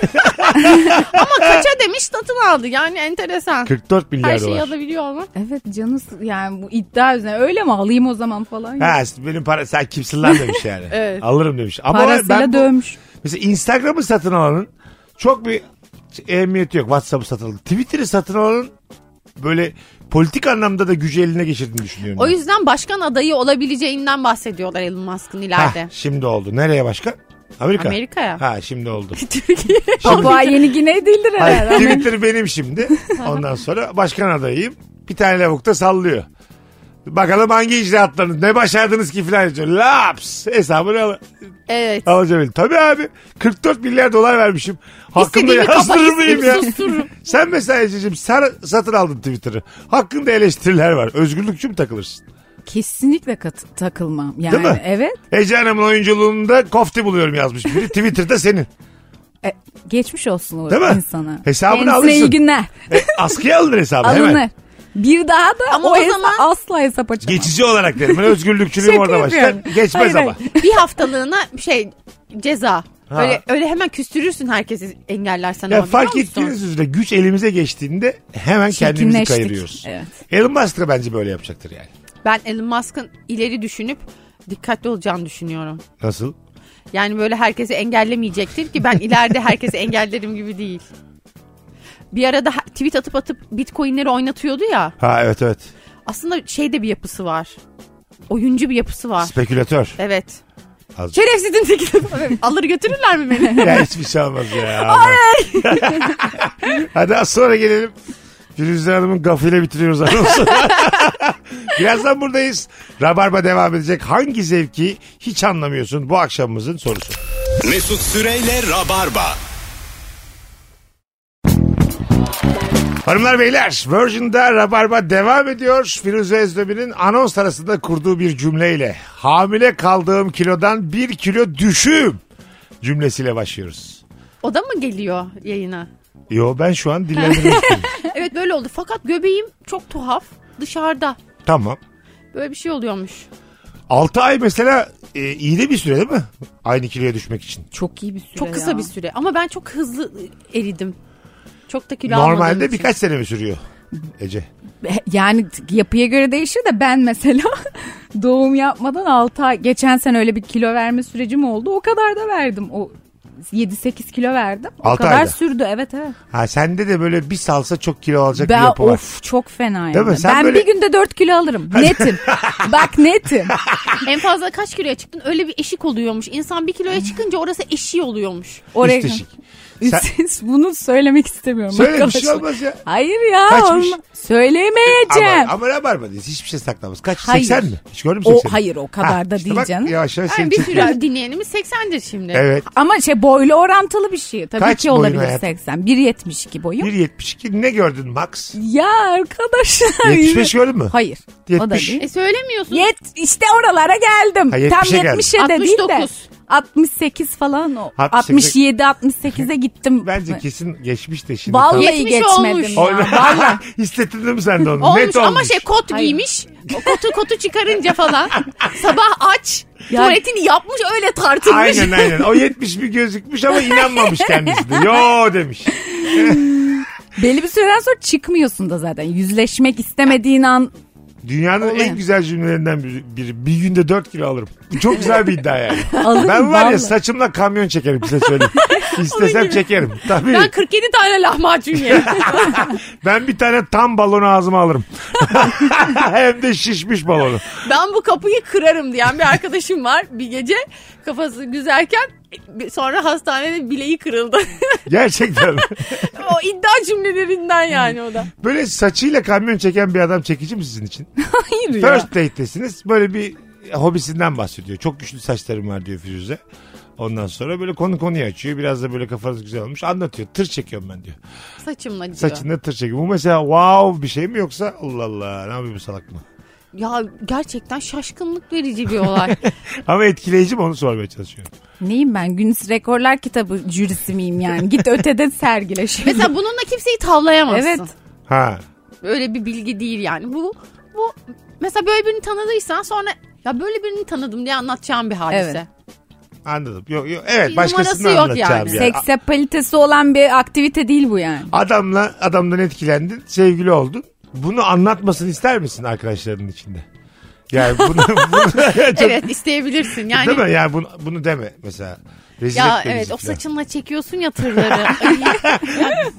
[SPEAKER 4] Ama kaça demiş satın aldı yani enteresan.
[SPEAKER 3] 44 Ee. milyar
[SPEAKER 4] Her şeyi
[SPEAKER 3] dolar. Hmm.
[SPEAKER 4] alabiliyor mu?
[SPEAKER 5] Evet canı s- yani bu iddia üzerine öyle mi alayım o zaman falan.
[SPEAKER 3] Ha benim para sen kimsin lan demiş yani.
[SPEAKER 4] Evet.
[SPEAKER 3] Alırım demiş. Ama
[SPEAKER 5] Parasıyla
[SPEAKER 3] ben bu-
[SPEAKER 5] dövmüş.
[SPEAKER 3] mesela Instagram'ı satın alanın çok bir ehemmiyeti yok. WhatsApp'ı satın alanın. Twitter'ı satın alanın böyle politik anlamda da gücü eline geçirdiğini düşünüyorum.
[SPEAKER 4] O
[SPEAKER 3] ben.
[SPEAKER 4] yüzden başkan adayı olabileceğinden bahsediyorlar Elon Musk'ın
[SPEAKER 3] Hah,
[SPEAKER 4] ileride.
[SPEAKER 3] şimdi oldu. Nereye başka? Amerika.
[SPEAKER 4] Amerika'ya.
[SPEAKER 3] Ha şimdi oldu.
[SPEAKER 4] Türkiye.
[SPEAKER 5] Papua Yeni Gine değildir
[SPEAKER 3] Hayır,
[SPEAKER 5] herhalde.
[SPEAKER 3] Twitter benim şimdi. Ondan sonra başkan adayıyım. Bir tane lavukta sallıyor. Bakalım hangi icraatlarınız ne başardınız ki filan diyor. Laps hesabını al
[SPEAKER 4] Evet.
[SPEAKER 3] alacağım. elini. Tabii abi 44 milyar dolar vermişim. Hakkında
[SPEAKER 4] İstediğimi
[SPEAKER 3] yazdırır
[SPEAKER 4] kapat,
[SPEAKER 3] mıyım ya?
[SPEAKER 4] sustururum.
[SPEAKER 3] Sen mesela Ececiğim sen satın aldın Twitter'ı. Hakkında eleştiriler var. Özgürlükçü mü takılırsın?
[SPEAKER 5] Kesinlikle kat- takılmam. Yani
[SPEAKER 3] Değil mi?
[SPEAKER 5] evet.
[SPEAKER 3] Ece Hanım'ın oyunculuğunda kofte buluyorum yazmış biri. Twitter'da senin.
[SPEAKER 5] E, geçmiş olsun o
[SPEAKER 3] Değil mi?
[SPEAKER 5] insana.
[SPEAKER 3] Hesabını
[SPEAKER 5] Kendisine
[SPEAKER 3] alırsın.
[SPEAKER 5] iyi günler.
[SPEAKER 3] E, askıya alınır hesabı hemen.
[SPEAKER 5] Alınır. Bir daha da
[SPEAKER 4] Ama
[SPEAKER 5] o,
[SPEAKER 4] o
[SPEAKER 5] hesa-
[SPEAKER 4] zaman-
[SPEAKER 5] asla hesap açamam.
[SPEAKER 3] Geçici olarak derim. Ben özgürlükçülüğüm
[SPEAKER 5] Şaka
[SPEAKER 3] orada başlar.
[SPEAKER 5] yapıyorum.
[SPEAKER 3] Geçmez
[SPEAKER 5] Hayır,
[SPEAKER 3] ama.
[SPEAKER 5] hayır.
[SPEAKER 4] bir haftalığına şey ceza.
[SPEAKER 3] Ha.
[SPEAKER 4] Öyle öyle hemen küstürürsün herkesi engellersen
[SPEAKER 3] Ya
[SPEAKER 4] ama
[SPEAKER 3] fark
[SPEAKER 4] biliyor musun?
[SPEAKER 3] ettiğiniz üzere güç elimize geçtiğinde hemen kendimizi
[SPEAKER 5] Çirkinleştik.
[SPEAKER 3] kayırıyoruz.
[SPEAKER 5] Evet.
[SPEAKER 3] Elon Musk da bence böyle yapacaktır yani.
[SPEAKER 4] Ben Elon Musk'ın ileri düşünüp dikkatli olacağını düşünüyorum.
[SPEAKER 3] Nasıl?
[SPEAKER 4] Yani böyle herkesi engellemeyecektir ki ben ileride herkesi engellerim gibi değil. Bir arada ha- tweet atıp atıp bitcoinleri oynatıyordu ya.
[SPEAKER 3] Ha evet evet.
[SPEAKER 4] Aslında şeyde bir yapısı var. Oyuncu bir yapısı
[SPEAKER 5] Ah.
[SPEAKER 4] var.
[SPEAKER 3] Spekülatör.
[SPEAKER 4] Evet.
[SPEAKER 3] Az-
[SPEAKER 4] Şerefsizin tekini alır götürürler mi beni?
[SPEAKER 3] ya hiçbir şey olmaz ya. Hadi az sonra gelelim. Firuze Hanım'ın gafıyla bitiriyoruz anonsu. Birazdan buradayız. Rabarba devam edecek. Hangi zevki hiç anlamıyorsun bu akşamımızın sorusu.
[SPEAKER 2] Mesut Süreyle Rabarba.
[SPEAKER 3] Hanımlar beyler Virgin'de Rabarba devam ediyor. Firuze Özdemir'in anons arasında kurduğu bir cümleyle hamile kaldığım kilodan bir kilo düşüm cümlesiyle başlıyoruz.
[SPEAKER 4] O da mı geliyor yayına?
[SPEAKER 3] Yo ben şu an dillendirmiştim.
[SPEAKER 4] Evet böyle oldu. Fakat göbeğim çok tuhaf. Dışarıda.
[SPEAKER 3] tamam.
[SPEAKER 4] Böyle bir şey oluyormuş.
[SPEAKER 3] 6 ay mesela e, iyi de bir süre değil mi? Aynı kiloya düşmek için.
[SPEAKER 5] Çok iyi bir süre
[SPEAKER 4] Çok kısa
[SPEAKER 5] ya.
[SPEAKER 4] bir süre. Ama ben çok hızlı eridim. Çok da kilo almadığım
[SPEAKER 3] Normalde
[SPEAKER 4] için.
[SPEAKER 3] birkaç sene mi sürüyor Ece?
[SPEAKER 5] Yani t- yapıya göre değişir de ben mesela doğum yapmadan 6 ay geçen sene öyle bir kilo verme sürecim oldu. O kadar da verdim. O 7-8 kilo verdim. O
[SPEAKER 3] Altı
[SPEAKER 5] kadar
[SPEAKER 3] ayda.
[SPEAKER 5] sürdü. Evet evet.
[SPEAKER 3] Ha sende de böyle bir salsa çok kilo alacak bir
[SPEAKER 5] Ben
[SPEAKER 3] yapı var.
[SPEAKER 5] of çok fena
[SPEAKER 3] Değil mi?
[SPEAKER 5] yani.
[SPEAKER 3] Sen
[SPEAKER 5] Ben
[SPEAKER 3] böyle-
[SPEAKER 5] bir günde 4 kilo alırım. Netim. Bak netim.
[SPEAKER 4] En fazla kaç kiloya çıktın? Öyle bir eşik oluyormuş. İnsan bir kiloya çıkınca orası eşiği oluyormuş.
[SPEAKER 5] Oraya...
[SPEAKER 3] Üst eşik.
[SPEAKER 5] Siz bunu söylemek istemiyorum.
[SPEAKER 3] Söyle bir şey
[SPEAKER 5] arkadaşlar.
[SPEAKER 3] olmaz ya.
[SPEAKER 5] Hayır ya.
[SPEAKER 3] Kaçmış?
[SPEAKER 5] olma- Söyleyemeyeceğim.
[SPEAKER 3] Ama, ama Rabarba diyorsun, hiçbir şey saklamaz. Kaç?
[SPEAKER 5] Hayır.
[SPEAKER 3] 80 mi? Hiç gördün mü
[SPEAKER 5] O-
[SPEAKER 3] 80'i?
[SPEAKER 5] hayır, o kadar da
[SPEAKER 3] işte
[SPEAKER 5] değil
[SPEAKER 3] bak,
[SPEAKER 5] canım.
[SPEAKER 3] Yavaş yavaş seni
[SPEAKER 4] Yani bir
[SPEAKER 3] çekiyor.
[SPEAKER 4] sürü dinleyenimiz 80'dir şimdi.
[SPEAKER 3] Evet.
[SPEAKER 5] Ama şey boylu orantılı bir şey. Tabii
[SPEAKER 3] Kaç
[SPEAKER 5] ki
[SPEAKER 3] boyun
[SPEAKER 5] olabilir
[SPEAKER 3] hayatım?
[SPEAKER 5] 80. 1.72 boyum.
[SPEAKER 3] 1.72 ne gördün max?
[SPEAKER 5] Ya arkadaşlar.
[SPEAKER 3] 75 gördün mü?
[SPEAKER 5] Hayır. O da
[SPEAKER 3] 70.
[SPEAKER 5] değil.
[SPEAKER 4] E söylemiyorsun.
[SPEAKER 5] Yet işte oralara geldim.
[SPEAKER 3] Ha, 70'e
[SPEAKER 5] Tam
[SPEAKER 3] geldim.
[SPEAKER 5] 70'e de değil de.
[SPEAKER 4] 69.
[SPEAKER 5] 68 falan o.
[SPEAKER 3] 68.
[SPEAKER 5] 67 68'e gittim.
[SPEAKER 3] Bence kesin geçmiş de şimdi.
[SPEAKER 5] Vallahi
[SPEAKER 4] Yetmiş
[SPEAKER 5] geçmedim
[SPEAKER 4] olmuş.
[SPEAKER 5] ya. Vallahi.
[SPEAKER 3] Hissettirdim sen de onu.
[SPEAKER 4] Olmuş
[SPEAKER 3] Net olmuş.
[SPEAKER 4] ama şey kot
[SPEAKER 5] Hayır.
[SPEAKER 4] giymiş. O Kotu kotu çıkarınca falan. Sabah aç.
[SPEAKER 5] Ya-
[SPEAKER 4] Tuvaletini yapmış öyle tartılmış.
[SPEAKER 3] Aynen aynen. O 70 bir gözükmüş ama inanmamış kendisi de. Yo demiş.
[SPEAKER 5] Belli bir süreden sonra çıkmıyorsun da zaten. Yüzleşmek istemediğin an
[SPEAKER 3] Dünyanın en
[SPEAKER 5] Olmayan.
[SPEAKER 3] güzel cümlelerinden biri, biri. Bir günde 4 kilo alırım. Çok güzel bir iddia yani.
[SPEAKER 5] alır
[SPEAKER 3] ben var ya
[SPEAKER 5] vallahi.
[SPEAKER 3] saçımla kamyon çekerim size söyleyeyim. İstesem çekerim. Tabii.
[SPEAKER 4] Ben
[SPEAKER 3] Ben,
[SPEAKER 4] 47 tane lahmacun yedim.
[SPEAKER 3] bir tane tam balonu ağzıma alırım. Hem de şişmiş balonu.
[SPEAKER 4] ben bu kapıyı kırarım diyen bir arkadaşım var. Bir gece kafası güzelken bir- sonra hastanede bileği kırıldı.
[SPEAKER 3] Gerçekten.
[SPEAKER 4] o iddia cümlelerinden yani o da.
[SPEAKER 3] Böyle saçıyla kamyon çeken bir adam çekici mi sizin için?
[SPEAKER 5] Hayır ya.
[SPEAKER 3] First date'tesiniz. Böyle bir hobisinden bahsediyor. Çok güçlü saçlarım var diyor Firuze. Ondan sonra böyle konu konuyu açıyor. Biraz da böyle kafanız güzel olmuş. Anlatıyor. Tır çekiyorum ben diyor.
[SPEAKER 4] Saçımla diyor.
[SPEAKER 3] Saçında tır çekiyor. Bu mesela wow bir şey mi yoksa Allah Allah ne yapıyor bu salak mı?
[SPEAKER 4] Ya gerçekten şaşkınlık verici bir olay.
[SPEAKER 3] Ama etkileyici mi onu sormaya çalışıyorum.
[SPEAKER 5] Neyim ben? Guinness Rekorlar kitabı jürisi miyim yani? Git ötede sergile şimdi.
[SPEAKER 4] Mesela bununla kimseyi tavlayamazsın.
[SPEAKER 5] Evet.
[SPEAKER 3] Ha.
[SPEAKER 4] Öyle bir bilgi değil yani. Bu bu mesela böyle birini tanıdıysan sonra ya böyle birini tanıdım diye anlatacağım bir hadise.
[SPEAKER 5] Evet.
[SPEAKER 3] Anladım. Yok yok. Evet
[SPEAKER 4] Bir
[SPEAKER 3] başkasını
[SPEAKER 4] numarası yok
[SPEAKER 3] anlatacağım
[SPEAKER 4] yani.
[SPEAKER 3] yani. A-
[SPEAKER 5] Seksapalitesi olan bir aktivite değil bu yani.
[SPEAKER 3] Adamla adamdan etkilendin, sevgili oldun. Bunu anlatmasını ister misin arkadaşlarının içinde? Yani bunu, bunu çok,
[SPEAKER 4] Evet isteyebilirsin yani.
[SPEAKER 3] değil mi? Yani bunu, bunu deme mesela. Rezil
[SPEAKER 4] Ya
[SPEAKER 3] etme
[SPEAKER 4] evet
[SPEAKER 3] bizi
[SPEAKER 4] o
[SPEAKER 3] falan.
[SPEAKER 4] saçınla çekiyorsun ya tırları.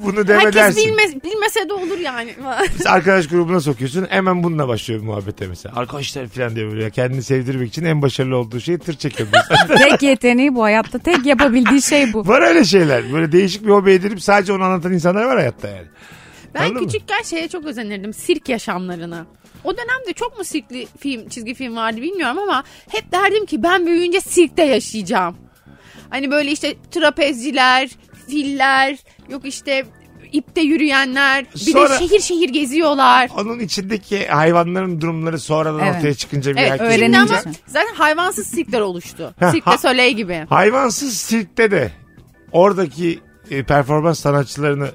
[SPEAKER 3] Bunu deme
[SPEAKER 4] Herkes
[SPEAKER 3] dersin.
[SPEAKER 4] bilmez, bilmese de olur yani.
[SPEAKER 3] Biz arkadaş grubuna sokuyorsun hemen bununla başlıyor muhabbete mesela. Arkadaşlar falan diyor böyle kendini sevdirmek için en başarılı olduğu şeyi tır çekiyor.
[SPEAKER 5] tek yeteneği bu hayatta. Tek yapabildiği şey bu.
[SPEAKER 3] var öyle şeyler. Böyle değişik bir hobi edinip sadece onu anlatan insanlar var hayatta yani.
[SPEAKER 4] ben
[SPEAKER 3] Anladın mı?
[SPEAKER 4] küçükken şeye çok özenirdim sirk yaşamlarına. O dönemde çok mu sirkli film, çizgi film vardı bilmiyorum ama hep derdim ki ben büyüyünce sirkte yaşayacağım. Hani böyle işte trapezciler, filler, yok işte ipte yürüyenler, bir
[SPEAKER 3] Sonra-
[SPEAKER 4] de şehir şehir geziyorlar.
[SPEAKER 3] Onun içindeki hayvanların durumları sonradan
[SPEAKER 5] Evet.
[SPEAKER 3] ortaya çıkınca bir
[SPEAKER 4] Evet,
[SPEAKER 3] herkes
[SPEAKER 4] şimdi ama
[SPEAKER 5] öğrenince.
[SPEAKER 4] zaten hayvansız sirkler oluştu.
[SPEAKER 3] Ha,
[SPEAKER 4] Sirkte
[SPEAKER 3] ha.
[SPEAKER 4] Soleil gibi.
[SPEAKER 3] Hayvansız sirkte de oradaki e, performans sanatçılarını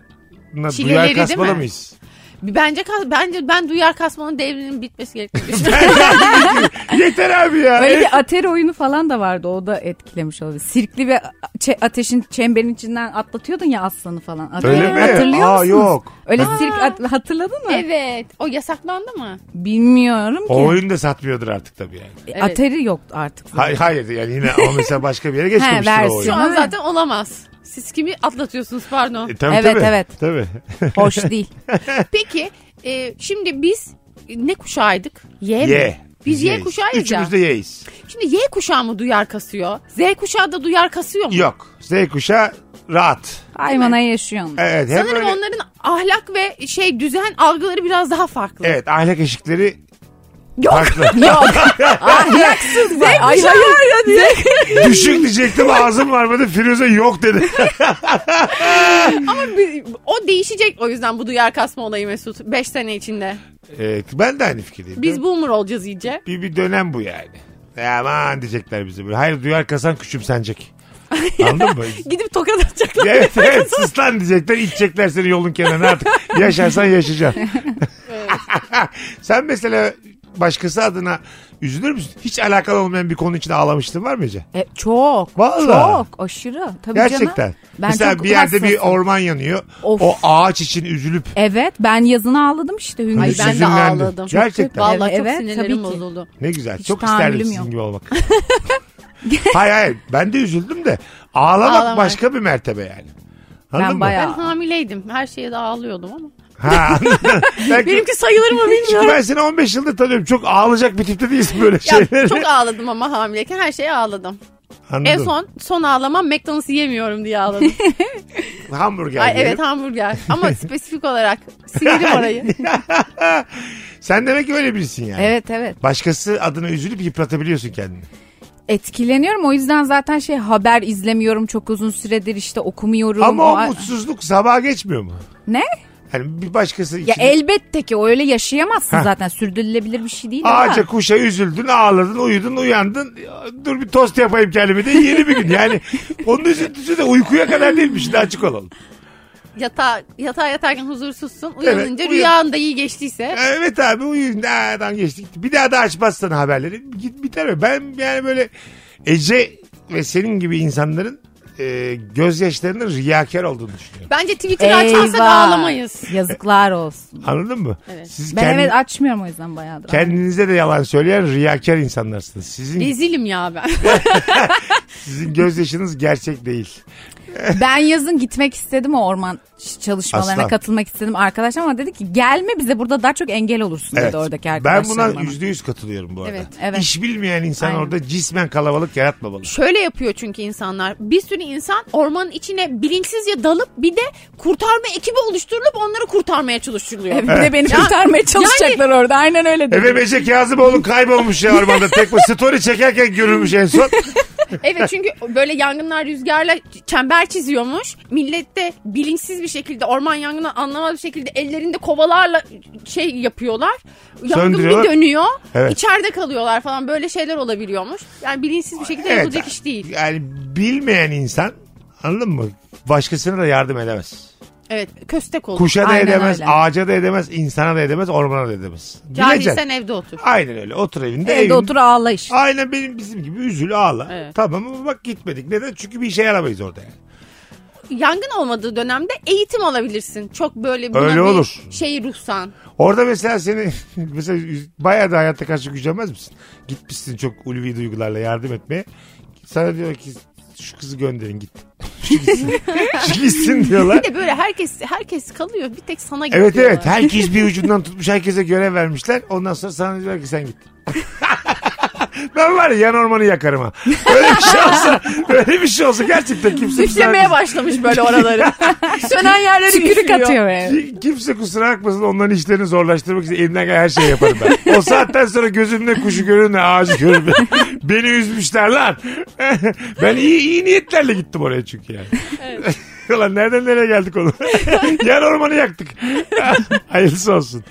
[SPEAKER 3] na-
[SPEAKER 4] Çileleri
[SPEAKER 3] duyar
[SPEAKER 4] değil
[SPEAKER 3] kasmalı
[SPEAKER 4] mi?
[SPEAKER 3] mıyız?
[SPEAKER 4] Bence kas- bence ben duyar kasmanın devrinin bitmesi gerektiğini düşünüyorum.
[SPEAKER 3] Yeter abi ya. E,
[SPEAKER 5] Öyle
[SPEAKER 3] Evet.
[SPEAKER 5] bir ater oyunu falan da vardı. O da etkilemiş oldu. Sirkli ve çe- ateşin çemberin içinden atlatıyordun ya aslanı falan. Ater-
[SPEAKER 3] Öyle mi?
[SPEAKER 5] Hatırlıyor
[SPEAKER 3] Aa,
[SPEAKER 5] musunuz?
[SPEAKER 3] yok.
[SPEAKER 5] Öyle sirk at- hatırladın mı?
[SPEAKER 4] evet. O yasaklandı mı?
[SPEAKER 5] Bilmiyorum ki.
[SPEAKER 3] O oyun da satmıyordur artık tabii yani.
[SPEAKER 5] E, Ateri yoktu artık.
[SPEAKER 3] Hayır, hayır yani yine o mesela başka bir yere geçmemiştir o oyun.
[SPEAKER 4] Şu
[SPEAKER 5] versiyon.
[SPEAKER 4] an
[SPEAKER 5] Evet.
[SPEAKER 4] zaten olamaz. Siz kimi atlatıyorsunuz pardon.
[SPEAKER 3] E, tabii,
[SPEAKER 5] Evet,
[SPEAKER 3] tabii.
[SPEAKER 5] evet.
[SPEAKER 3] Tabii.
[SPEAKER 5] Hoş değil.
[SPEAKER 4] Peki e, şimdi biz ne kuşağıydık? Y mi?
[SPEAKER 3] Ye.
[SPEAKER 4] Biz Y
[SPEAKER 3] yeyiz.
[SPEAKER 4] kuşağıyız ya.
[SPEAKER 3] Üçümüz de yeyiz.
[SPEAKER 4] Şimdi Y kuşağı mı duyar kasıyor? Z kuşağı da duyar kasıyor mu?
[SPEAKER 3] Yok. Z kuşağı rahat.
[SPEAKER 5] Hayvana yaşıyorsun.
[SPEAKER 3] Evet. Hem
[SPEAKER 4] Sanırım
[SPEAKER 3] öyle-
[SPEAKER 4] onların ahlak ve şey düzen algıları biraz daha farklı.
[SPEAKER 3] Evet ahlak eşikleri Farklı.
[SPEAKER 5] Ahlaksız var. Ay hayır.
[SPEAKER 3] Düşük diyecektim ağzım varmadı. Firuze yok dedi.
[SPEAKER 4] Ama bir- o değişecek o yüzden bu duyar kasma olayı Mesut. 5 sene içinde.
[SPEAKER 3] Evet, ben de aynı fikirdeyim.
[SPEAKER 4] Biz boomer olacağız iyice.
[SPEAKER 3] bir, bir dönem bu yani. E aman diyecekler bize böyle. Hayır duyar kasan küçümsenecek. Anladın mı?
[SPEAKER 4] Gidip tokat atacaklar.
[SPEAKER 3] evet evet sus lan diyecekler. İçecekler seni yolun kenarına artık. Yaşarsan yaşayacaksın. Sen mesela başkası adına üzülür müsün? Hiç alakalı olmayan bir konu için ağlamıştın var mı Ece?
[SPEAKER 5] E, çok.
[SPEAKER 3] Vallahi.
[SPEAKER 5] Çok aşırı. Tabii
[SPEAKER 3] Gerçekten.
[SPEAKER 5] canım. Ben
[SPEAKER 3] mesela
[SPEAKER 5] çok
[SPEAKER 3] bir yerde bir
[SPEAKER 5] hassasım.
[SPEAKER 3] orman yanıyor.
[SPEAKER 5] Of.
[SPEAKER 3] O ağaç için üzülüp
[SPEAKER 5] Evet ben yazını ağladım işte Hüngür.
[SPEAKER 4] Ay ben de
[SPEAKER 3] Hüzünlendim.
[SPEAKER 4] ağladım.
[SPEAKER 3] Gerçekten.
[SPEAKER 4] Vallahi
[SPEAKER 5] Evet,
[SPEAKER 4] çok
[SPEAKER 5] tabii
[SPEAKER 4] sinirlerim
[SPEAKER 5] ki.
[SPEAKER 4] bozuldu.
[SPEAKER 3] Ne güzel.
[SPEAKER 5] Hiç
[SPEAKER 3] Çok isterdim
[SPEAKER 5] tahammülüm
[SPEAKER 3] sizin
[SPEAKER 5] yok.
[SPEAKER 3] gibi olmak. hayır hayır. Ben de üzüldüm de. Ağlamak
[SPEAKER 4] Ağlamak.
[SPEAKER 3] başka bir mertebe yani. Anladın
[SPEAKER 5] Ben
[SPEAKER 3] mı?
[SPEAKER 5] bayağı-
[SPEAKER 4] Ben hamileydim. Her şeye de ağlıyordum ama.
[SPEAKER 3] Ha, anladın. Belki-
[SPEAKER 4] Benimki sayılır mı
[SPEAKER 3] Çünkü
[SPEAKER 4] bilmiyorum.
[SPEAKER 3] ben seni 15 yıldır tanıyorum. Çok ağlayacak bir tipte değilsin böyle şeyleri.
[SPEAKER 4] ya, çok ağladım ama hamileyken her şeye ağladım.
[SPEAKER 3] Anladım.
[SPEAKER 4] En son son ağlamam McDonald's yiyemiyorum diye ağladım.
[SPEAKER 3] Hamburger
[SPEAKER 4] Ay,
[SPEAKER 3] yiyelim.
[SPEAKER 4] evet hamburger ama spesifik olarak sinirim orayı.
[SPEAKER 3] Sen demek ki öyle birisin yani.
[SPEAKER 5] Evet evet.
[SPEAKER 3] Başkası adına üzülüp yıpratabiliyorsun kendini.
[SPEAKER 5] Etkileniyorum o yüzden zaten şey haber izlemiyorum çok uzun süredir işte okumuyorum.
[SPEAKER 3] Ama o
[SPEAKER 5] Ay-
[SPEAKER 3] mutsuzluk sabaha geçmiyor mu?
[SPEAKER 5] Ne?
[SPEAKER 3] Yani bir başkası için.
[SPEAKER 5] Ya elbette ki o öyle yaşayamazsın
[SPEAKER 3] Heh.
[SPEAKER 5] zaten sürdürülebilir bir şey değil ama.
[SPEAKER 3] Ağaca kuşa üzüldün ağladın uyudun uyandın dur bir tost yapayım kendime de yeni bir gün yani onun üzüntüsü de uykuya kadar değilmiş de açık olalım.
[SPEAKER 4] Yatağa, yatağa yatarken huzursuzsun. Uyanınca
[SPEAKER 3] uyan-
[SPEAKER 4] rüyan da iyi geçtiyse.
[SPEAKER 3] Evet abi uyuyun nereden geçtik bir daha da açmazsan haberleri git biter mi? Ben yani böyle Ece ve senin gibi insanların e, gözyaşlarının riyakar olduğunu düşünüyorum.
[SPEAKER 4] Bence Twitter'ı açarsak
[SPEAKER 5] Eyvah.
[SPEAKER 4] ağlamayız.
[SPEAKER 5] Yazıklar olsun.
[SPEAKER 3] Anladın mı?
[SPEAKER 4] Evet.
[SPEAKER 3] Siz
[SPEAKER 5] Ben
[SPEAKER 3] kendi-
[SPEAKER 5] evet açmıyorum o yüzden bayağıdır.
[SPEAKER 3] kendinize de yalan söyleyen riyakar insanlarsınız. Sizin
[SPEAKER 4] Rezilim ya ben.
[SPEAKER 3] sizin gözyaşınız gerçek değil.
[SPEAKER 5] Ben yazın gitmek istedim o orman ş- çalışmalarına
[SPEAKER 3] Aslan.
[SPEAKER 5] katılmak istedim arkadaşım ama dedi ki gelme bize burada daha çok engel olursun dedi oradaki
[SPEAKER 3] ben
[SPEAKER 5] arkadaşlarım
[SPEAKER 3] buna
[SPEAKER 5] bana.
[SPEAKER 3] yüzde yüz katılıyorum bu arada.
[SPEAKER 4] Evet,
[SPEAKER 5] evet.
[SPEAKER 3] İş bilmeyen insan
[SPEAKER 5] Aynen.
[SPEAKER 3] orada cismen kalabalık yaratmamalı.
[SPEAKER 4] Şöyle yapıyor çünkü insanlar. Bir sürü insan ormanın içine bilinçsizce dalıp bir de kurtarma ekibi oluşturulup onları kurtarmaya çalışılıyor.
[SPEAKER 5] Evet, bir de beni kurtarmaya çalışacaklar orada aynen öyle dedi.
[SPEAKER 3] Eve Bece Kazımoğlu kaybolmuş ya ormanda. Tek bu story çekerken görülmüş en son.
[SPEAKER 4] Evet çünkü böyle yangınlar rüzgarla çember çiziyormuş. Millet de bilinçsiz bir şekilde orman yangını anlamaz bir şekilde ellerinde kovalarla şey yapıyorlar. Yangın bir
[SPEAKER 3] Söndürüyorlar.
[SPEAKER 4] dönüyor.
[SPEAKER 3] Evet.
[SPEAKER 4] İçeride kalıyorlar falan böyle şeyler olabiliyormuş. Yani bilinçsiz bir şekilde yapılacak iş değil.
[SPEAKER 3] Yani bilmeyen insan anladın mı? Başkasına da yardım edemez.
[SPEAKER 4] Evet köstek olur.
[SPEAKER 3] Kuşa da
[SPEAKER 5] Aynen
[SPEAKER 3] edemez,
[SPEAKER 5] öyle.
[SPEAKER 3] ağaca da edemez, insana da edemez, ormana da edemez. Bileceksin.
[SPEAKER 4] Cahilsen evde otur.
[SPEAKER 3] Aynen öyle. Otur evinde.
[SPEAKER 5] Evde
[SPEAKER 3] evin-
[SPEAKER 5] otur ağla işte.
[SPEAKER 3] Aynen benim bizim gibi üzül ağla.
[SPEAKER 4] Evet.
[SPEAKER 3] Tamam ama bak gitmedik. Neden? Çünkü bir işe yaramayız orada yani.
[SPEAKER 4] Yangın olmadığı dönemde eğitim alabilirsin. Çok böyle buna
[SPEAKER 3] Öyle
[SPEAKER 4] bir
[SPEAKER 3] olur.
[SPEAKER 4] şey ruhsan.
[SPEAKER 3] Orada mesela seni mesela üz- bayağı da hayatta karşı gücenmez misin? Gitmişsin çok ulvi duygularla yardım etmeye. Sana diyor ki şu kızı gönderin git. Şu gitsin, şu gitsin diyorlar.
[SPEAKER 4] Bir de böyle herkes herkes kalıyor. Bir tek sana gidiyor.
[SPEAKER 3] Evet evet herkes bir ucundan tutmuş herkese görev vermişler. Ondan sonra sana diyorlar ki sen git. ben var ya yan ormanı yakarım ha. Öyle bir şey olsa, öyle bir şey olsa gerçekten kimse
[SPEAKER 4] Süslemeye başlamış böyle oraları. Sönen yerleri
[SPEAKER 5] Tükürük
[SPEAKER 4] üflüyor.
[SPEAKER 5] atıyor eve.
[SPEAKER 3] Ki- Kimse kusura bakmasın onların işlerini zorlaştırmak için elimden gelen her şeyi yaparım ben. O saatten sonra gözümle kuşu görürüm de ağacı görürüm. Beni üzmüşler lan. ben iyi, iyi niyetlerle gittim oraya çünkü yani. Ulan nereden nereye geldik oğlum? Yer ormanı yaktık. Hayırlısı olsun.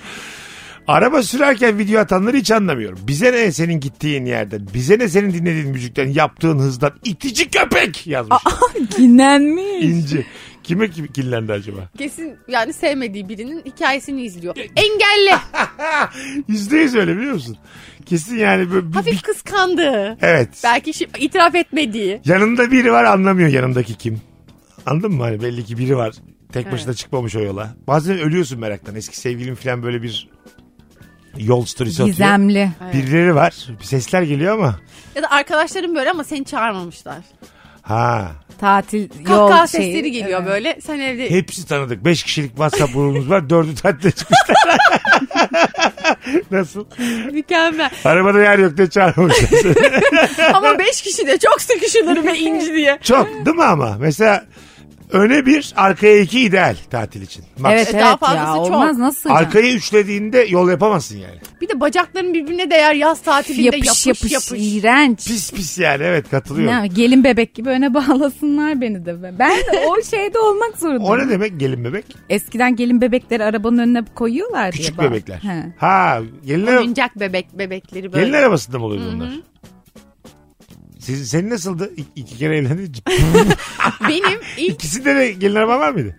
[SPEAKER 3] Araba sürerken video atanları hiç anlamıyorum. Bize ne senin gittiğin yerden, bize ne senin dinlediğin müzikten, yaptığın hızdan itici köpek yazmış.
[SPEAKER 5] Kinlenmiş.
[SPEAKER 3] İnci. Kime kim, kinlendi acaba?
[SPEAKER 4] Kesin yani sevmediği birinin hikayesini izliyor. Engelle.
[SPEAKER 3] Ah, Yüzde yüz öyle biliyor musun? Kesin yani böyle bir-
[SPEAKER 4] Hafif
[SPEAKER 3] bir-
[SPEAKER 4] kıskandı.
[SPEAKER 3] evet.
[SPEAKER 4] Belki şi- itiraf etmediği.
[SPEAKER 3] Yanında biri var anlamıyor yanındaki kim. Anladın mı? Hani belli ki biri var. Tek başına çıkmamış o yola. Bazen ölüyorsun meraktan. Eski sevgilim falan böyle bir yol storiesi atıyor.
[SPEAKER 5] Gizemli.
[SPEAKER 3] Birileri var. Bir sesler geliyor ama.
[SPEAKER 4] Ya da arkadaşların böyle ama seni çağırmamışlar.
[SPEAKER 3] Ha.
[SPEAKER 5] Tatil yol
[SPEAKER 4] Kahkaha
[SPEAKER 5] şeyi.
[SPEAKER 4] sesleri geliyor
[SPEAKER 5] Evet.
[SPEAKER 4] böyle. Sen evde
[SPEAKER 3] Hepsi tanıdık. Beş kişilik WhatsApp grubumuz var. Dördü tatile çıkmışlar. Nasıl?
[SPEAKER 4] mükemmel.
[SPEAKER 3] Arabada yer yok diye çağırmamışlar.
[SPEAKER 4] ama beş kişi de çok sıkışılır ve inci diye.
[SPEAKER 3] Çok değil mi ama? Mesela Öne bir, arkaya iki ideal tatil için. Max.
[SPEAKER 5] Evet
[SPEAKER 4] E, daha
[SPEAKER 5] evet ya
[SPEAKER 4] fazlası çok.
[SPEAKER 5] olmaz nasıl sıcak?
[SPEAKER 3] Arkayı üçlediğinde yol yapamazsın yani.
[SPEAKER 4] Bir de bacakların birbirine değer yaz tatilinde
[SPEAKER 5] yapış,
[SPEAKER 4] yapış
[SPEAKER 5] yapış
[SPEAKER 4] yapış.
[SPEAKER 5] iğrenç.
[SPEAKER 3] Pis pis yani evet katılıyorum.
[SPEAKER 5] Ne, gelin bebek gibi öne bağlasınlar beni de. be. Ben de o şeyde olmak zorundayım.
[SPEAKER 3] O ne demek gelin bebek?
[SPEAKER 5] Eskiden gelin bebekleri arabanın önüne koyuyorlar
[SPEAKER 3] Küçük
[SPEAKER 5] diye. bağ-
[SPEAKER 3] bebekler.
[SPEAKER 5] He.
[SPEAKER 3] Ha gelin, ara-
[SPEAKER 4] Oyuncak bebek bebekleri böyle.
[SPEAKER 3] gelin arabasında mı oluyor bunlar? Sizin, senin nasıldı? İ- iki kere evlendin.
[SPEAKER 4] Benim ilk
[SPEAKER 3] İkisinde de gelin araba var mıydı?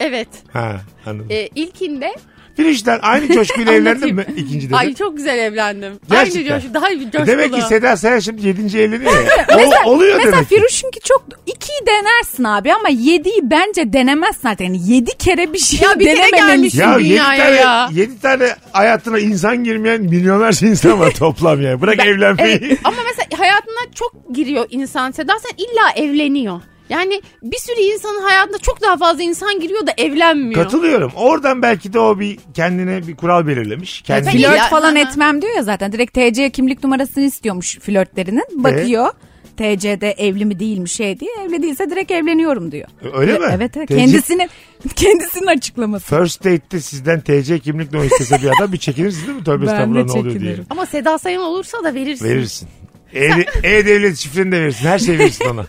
[SPEAKER 4] evet
[SPEAKER 3] Ha anladım.
[SPEAKER 4] e, ilkinde
[SPEAKER 3] Firuş'tan aynı coşkuyla evlendin
[SPEAKER 5] Anlatayım.
[SPEAKER 3] mi ikincide de?
[SPEAKER 4] E- ay çok güzel evlendim.
[SPEAKER 3] Gerçekten. E,
[SPEAKER 4] Aynı coşku daha bir coşkulu.
[SPEAKER 3] Demek ki Seda Sayan şimdi yedinci evleniyor ya. O- oluyor
[SPEAKER 5] Mesela
[SPEAKER 3] demek ki.
[SPEAKER 5] Firuş'unki çok ikiyi denersin abi ama yediyi bence denemezsin zaten. Yani yedi kere bir şey
[SPEAKER 4] Ya bir kere gelmiş.
[SPEAKER 5] denememelisin.
[SPEAKER 3] Ya
[SPEAKER 4] Bütün
[SPEAKER 3] yedi
[SPEAKER 4] dünyaya
[SPEAKER 3] tane,
[SPEAKER 4] ya.
[SPEAKER 3] yedi tane hayatına insan girmeyen milyonlarca insan var toplam yani. Bırak evlenmeyi.
[SPEAKER 4] Evet, ama mesela hayatına çok giriyor insan. Seda sen illa evleniyor. Yani bir sürü insanın hayatında çok daha fazla insan giriyor da evlenmiyor.
[SPEAKER 3] Katılıyorum. Oradan belki de o bir kendine bir kural belirlemiş. Kendine
[SPEAKER 4] tabii.
[SPEAKER 5] Flört
[SPEAKER 4] Ya-
[SPEAKER 5] falan
[SPEAKER 4] Hı hı.
[SPEAKER 5] etmem diyor ya zaten. Direkt TC kimlik numarasını istiyormuş
[SPEAKER 3] E?
[SPEAKER 5] flörtlerinin. Bakıyor. TC'de evli mi değil mi şey diye. Evli değilse direkt evleniyorum diyor.
[SPEAKER 3] Öyle mi?
[SPEAKER 5] Evet evet.
[SPEAKER 3] TC
[SPEAKER 5] Kendisinin, kendisinin açıklaması.
[SPEAKER 3] First date'te sizden TC kimlik numarası istese bir adam bir çekinirsiniz değil mi? Tövbe
[SPEAKER 5] Ben de
[SPEAKER 3] estağfurullah ne oluyor diye.
[SPEAKER 5] çekinirim.
[SPEAKER 4] Ama Seda Sayan olursa da verirsin.
[SPEAKER 3] Verirsin. E- E-Devlet şifreni de verirsin. Her şeyi verirsin ona.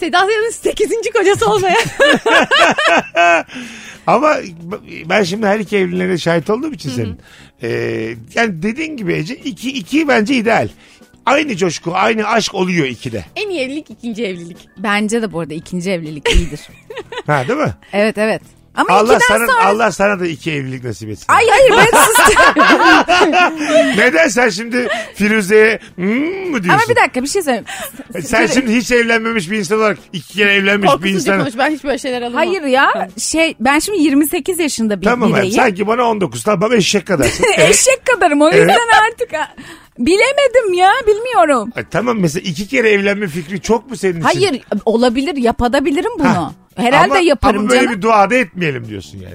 [SPEAKER 4] Seda Sayan'ın 8. kocası olmaya.
[SPEAKER 3] Ama ben şimdi her iki evliliğine şahit olduğum için senin. Ee, yani dediğin gibi Ece iki, iki bence ideal. Aynı coşku, aynı aşk oluyor ikide.
[SPEAKER 4] en iyi evlilik ikinci evlilik.
[SPEAKER 5] Bence de bu arada ikinci evlilik iyidir.
[SPEAKER 3] Ha değil mi?
[SPEAKER 5] evet evet. Ama
[SPEAKER 3] Allah
[SPEAKER 5] ikiden
[SPEAKER 3] sana
[SPEAKER 5] sonra...
[SPEAKER 3] Allah sana da iki evlilik nasip etsin.
[SPEAKER 5] Ay hayır ben sustum.
[SPEAKER 3] Neden sen şimdi Firuze'ye hmm mu
[SPEAKER 5] Ama
[SPEAKER 3] diyorsun?
[SPEAKER 5] bir dakika bir şey söyleyeyim.
[SPEAKER 3] Sen şimdi hiç evlenmemiş bir insan olarak iki kere evlenmiş bir
[SPEAKER 4] Korkutucu
[SPEAKER 3] insan.
[SPEAKER 4] konuş ben hiç böyle şeyler alamam.
[SPEAKER 5] Hayır ya şey ben şimdi 28 yaşında bir
[SPEAKER 3] Tamam abi
[SPEAKER 5] bireyim.
[SPEAKER 3] sanki bana 19 tamam eşek kadarsın.
[SPEAKER 5] Eşek kadarım o yüzden artık ha, bilemedim ya bilmiyorum.
[SPEAKER 3] Ay, tamam mesela iki kere evlenme fikri çok mu senin için?
[SPEAKER 5] Hayır olabilir yapabilirim bunu.
[SPEAKER 3] Ha.
[SPEAKER 5] Herhalde
[SPEAKER 3] Ama-
[SPEAKER 5] yaparım
[SPEAKER 3] ama böyle
[SPEAKER 5] canım. E,
[SPEAKER 3] bir duada etmeyelim diyorsun yani.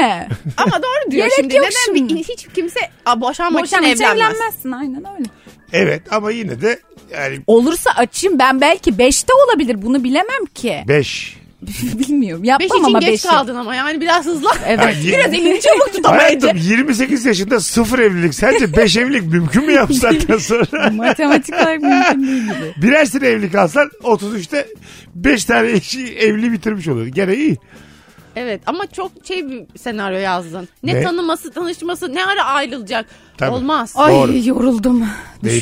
[SPEAKER 5] Ne?
[SPEAKER 4] Ama doğru diyor
[SPEAKER 5] Gerek
[SPEAKER 4] şimdi.
[SPEAKER 5] yok
[SPEAKER 4] Neden
[SPEAKER 5] şimdi.
[SPEAKER 4] bir- hiç kimse a, boşanmak
[SPEAKER 5] Boşan
[SPEAKER 4] için evlenmez.
[SPEAKER 5] evlenmezsin aynen öyle.
[SPEAKER 3] Evet ama yine de yani
[SPEAKER 5] Olursa açayım ben belki 5'te olabilir bunu bilemem ki.
[SPEAKER 3] 5.
[SPEAKER 5] Bilmiyorum
[SPEAKER 4] Beş
[SPEAKER 5] yapmam
[SPEAKER 4] için
[SPEAKER 5] ama
[SPEAKER 4] geç
[SPEAKER 5] 5'i.
[SPEAKER 4] kaldın ama yani biraz hızlan.
[SPEAKER 5] Evet.
[SPEAKER 3] Ay, Biraz
[SPEAKER 5] elini çabuk tut
[SPEAKER 3] Hayatım 28 yaşında sıfır evlilik. Sence 5 evlilik mümkün mü yapsaktan sonra?
[SPEAKER 5] Matematik olarak mümkün değil gibi.
[SPEAKER 3] Birer sene evlilik alsan 33'te 5 tane eşi evli bitirmiş oluyor. Gene iyi.
[SPEAKER 4] Evet ama çok şey bir senaryo yazdın. Ne,
[SPEAKER 3] Ne?
[SPEAKER 4] tanıması tanışması ne ara ayrılacak.
[SPEAKER 3] Tabii.
[SPEAKER 4] Olmaz.
[SPEAKER 5] Ay
[SPEAKER 3] Doğru.
[SPEAKER 5] yoruldum.
[SPEAKER 3] Neyden?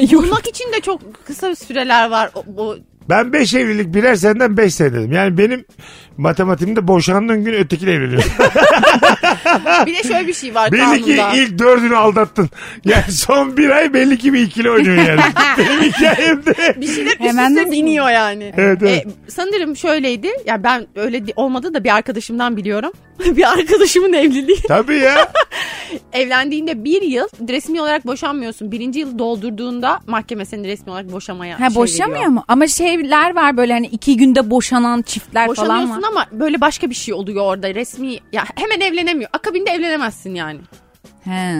[SPEAKER 5] yoruldum.
[SPEAKER 4] Bulmak için de çok kısa süreler var. O, o-
[SPEAKER 3] Ben 5 evlilik birer seneden 5 sene dedim. Yani benim matematiğimde boşandığın gün ötekiyle evleniyorum.
[SPEAKER 4] bir de şöyle bir şey var
[SPEAKER 3] belli ki
[SPEAKER 4] kanunda.
[SPEAKER 3] ilk dördünü aldattın. Yani son bir ay belli ki bir ikili oynuyor yani. benim hikayemde.
[SPEAKER 4] bir şeyler üst
[SPEAKER 5] Hemen
[SPEAKER 4] üste
[SPEAKER 5] nasıl-
[SPEAKER 4] biniyor yani.
[SPEAKER 3] Evet, evet.
[SPEAKER 4] E, sanırım şöyleydi. Ya ben öyle di- olmadı da bir arkadaşımdan biliyorum. bir arkadaşımın evliliği.
[SPEAKER 3] Tabii ya.
[SPEAKER 4] Evlendiğinde bir yıl resmi olarak boşanmıyorsun. Birinci yıl doldurduğunda mahkeme seni resmi olarak boşamaya
[SPEAKER 5] Ha
[SPEAKER 4] şey
[SPEAKER 5] boşamıyor
[SPEAKER 4] veriyor.
[SPEAKER 5] mu? Ama şeyler var böyle hani iki günde boşanan çiftler falan
[SPEAKER 4] Boşanıyorsun
[SPEAKER 5] var.
[SPEAKER 4] ama böyle başka bir şey oluyor orada resmi. Ya hemen evlenemiyor. Akabinde evlenemezsin yani.
[SPEAKER 5] He.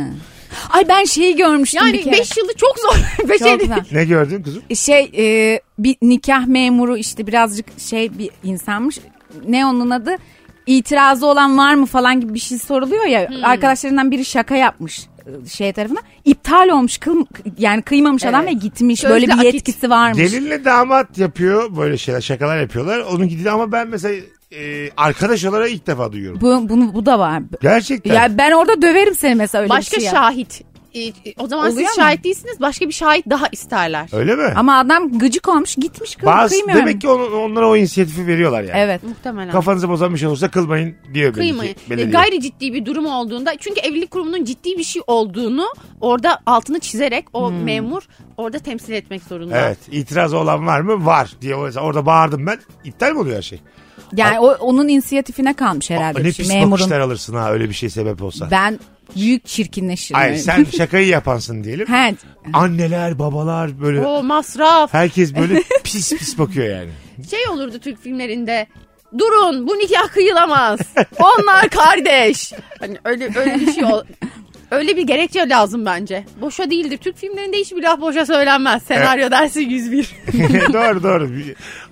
[SPEAKER 5] Ay ben şeyi görmüştüm bir
[SPEAKER 4] Yani
[SPEAKER 5] kere.
[SPEAKER 4] 5 yılı çok zor. Beş
[SPEAKER 5] Çok
[SPEAKER 4] yıl-
[SPEAKER 5] güzel.
[SPEAKER 3] Ne gördün kızım?
[SPEAKER 5] şey e, bir nikah memuru işte birazcık şey bir insanmış. Ne onun adı? İtirazı olan var mı falan gibi bir şey soruluyor ya.
[SPEAKER 4] Hmm.
[SPEAKER 5] Arkadaşlarından biri şaka yapmış e, şey tarafına. İptal olmuş kıl, yani kıymamış adam ve gitmiş.
[SPEAKER 4] Sözlü
[SPEAKER 5] Böyle bir
[SPEAKER 4] akit.
[SPEAKER 5] yetkisi varmış.
[SPEAKER 3] Gelinle damat yapıyor böyle şeyler şakalar yapıyorlar. Onun gidiyor ama ben mesela e, arkadaş olarak ilk defa duyuyorum.
[SPEAKER 5] Bu, bunu, bu da var.
[SPEAKER 3] Gerçekten.
[SPEAKER 5] Ya ben orada döverim seni mesela öyle
[SPEAKER 4] Başka
[SPEAKER 5] bir şey. yap.
[SPEAKER 4] şahit. E, e, O zaman
[SPEAKER 5] Oluyor
[SPEAKER 4] siz
[SPEAKER 5] mu?
[SPEAKER 4] şahit değilsiniz. Başka bir şahit daha isterler.
[SPEAKER 3] Öyle mi?
[SPEAKER 5] Ama adam gıcık olmuş gitmiş kıl,
[SPEAKER 3] Bazı
[SPEAKER 5] kıymıyorum.
[SPEAKER 3] demek ki on- onlara o inisiyatifi veriyorlar yani.
[SPEAKER 5] Evet.
[SPEAKER 4] Muhtemelen.
[SPEAKER 3] Kafanızı bozan bir şey olursa kılmayın diyor
[SPEAKER 4] Kıymayın.
[SPEAKER 3] belki. belediye.
[SPEAKER 4] E, Gayri ciddi bir durum olduğunda çünkü evlilik kurumunun ciddi bir şey olduğunu orada altını çizerek o
[SPEAKER 5] Hmm.
[SPEAKER 4] memur orada temsil etmek zorunda.
[SPEAKER 3] Evet. İtirazı olan var mı? Var diye mesela orada bağırdım ben. İptal mi oluyor her şey?
[SPEAKER 5] Yani o, onun inisiyatifine kalmış herhalde.
[SPEAKER 3] ne
[SPEAKER 5] bir şey.
[SPEAKER 3] pis
[SPEAKER 5] Memurun.
[SPEAKER 3] bakışlar alırsın ha öyle bir şey sebep olsa.
[SPEAKER 5] Ben büyük çirkinleşirim.
[SPEAKER 3] Hayır
[SPEAKER 5] öyle.
[SPEAKER 3] sen şakayı yapansın diyelim.
[SPEAKER 5] He,
[SPEAKER 3] Anneler, babalar böyle
[SPEAKER 4] O masraf.
[SPEAKER 3] herkes böyle pis pis bakıyor yani.
[SPEAKER 4] Şey olurdu Türk filmlerinde. Durun bu nikah kıyılamaz. Onlar kardeş. Hani öyle öyle bir şey ol. Öyle bir gerekçe lazım bence. Boşa değildir. Türk filmlerinde hiçbir laf boşa söylenmez. Senaryo dersi 101.
[SPEAKER 3] doğru doğru.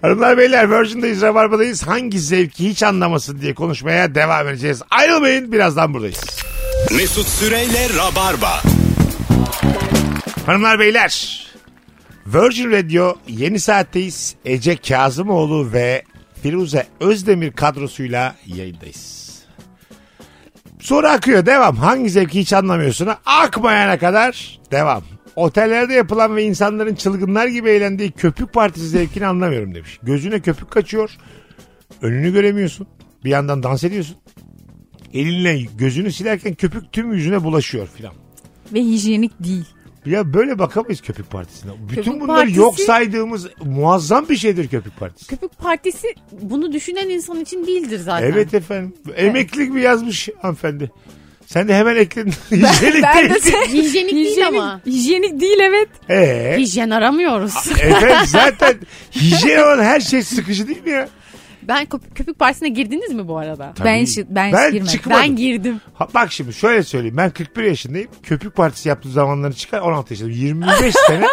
[SPEAKER 3] Hanımlar beyler Virgin'dayız Rabarba'dayız. Hangi zevki hiç anlamasın diye konuşmaya devam edeceğiz. Ayrılmayın birazdan buradayız.
[SPEAKER 2] Mesut Süreyle Rabarba.
[SPEAKER 3] Hanımlar beyler Virgin Radio yeni saatteyiz. Ece Kazımoğlu ve Firuze Özdemir kadrosuyla yayındayız. Soru akıyor devam. Hangi zevki hiç anlamıyorsun? Akmayana kadar devam. Otellerde yapılan ve insanların çılgınlar gibi eğlendiği köpük partisi zevkini anlamıyorum demiş. Gözüne köpük kaçıyor. Önünü göremiyorsun. Bir yandan dans ediyorsun. Elinle gözünü silerken köpük tüm yüzüne bulaşıyor filan.
[SPEAKER 5] Ve hijyenik değil.
[SPEAKER 3] Ya böyle bakamayız köpük partisine. Bütün
[SPEAKER 4] Köpük
[SPEAKER 3] bunları
[SPEAKER 4] partisi-
[SPEAKER 3] yok saydığımız muazzam bir şeydir köpük partisi.
[SPEAKER 4] Köpük Partisi bunu düşünen insan için değildir zaten.
[SPEAKER 3] Evet efendim. Emeklilik mi yazmış hanımefendi? Sen de hemen ekledin. Hijyenik
[SPEAKER 5] Ben de
[SPEAKER 3] değil.
[SPEAKER 4] Hijyenik değil ama.
[SPEAKER 5] Hijyenik değil evet.
[SPEAKER 3] Ee,
[SPEAKER 4] Hijyen aramıyoruz.
[SPEAKER 3] efendim zaten hijyen olan her şey sıkıcı değil mi ya?
[SPEAKER 4] ben köp- Köpük Partisi'ne girdiniz mi bu arada?
[SPEAKER 5] Ben hiç, ben hiç
[SPEAKER 3] Ben
[SPEAKER 5] girmedim.
[SPEAKER 3] çıkıp-
[SPEAKER 4] Ben girdim.
[SPEAKER 3] Ha, bak şimdi şöyle söyleyeyim. Ben 41 yaşındayım. Köpük partisi yaptığım zamanları çıkar 16 yaşındayım. 25 sene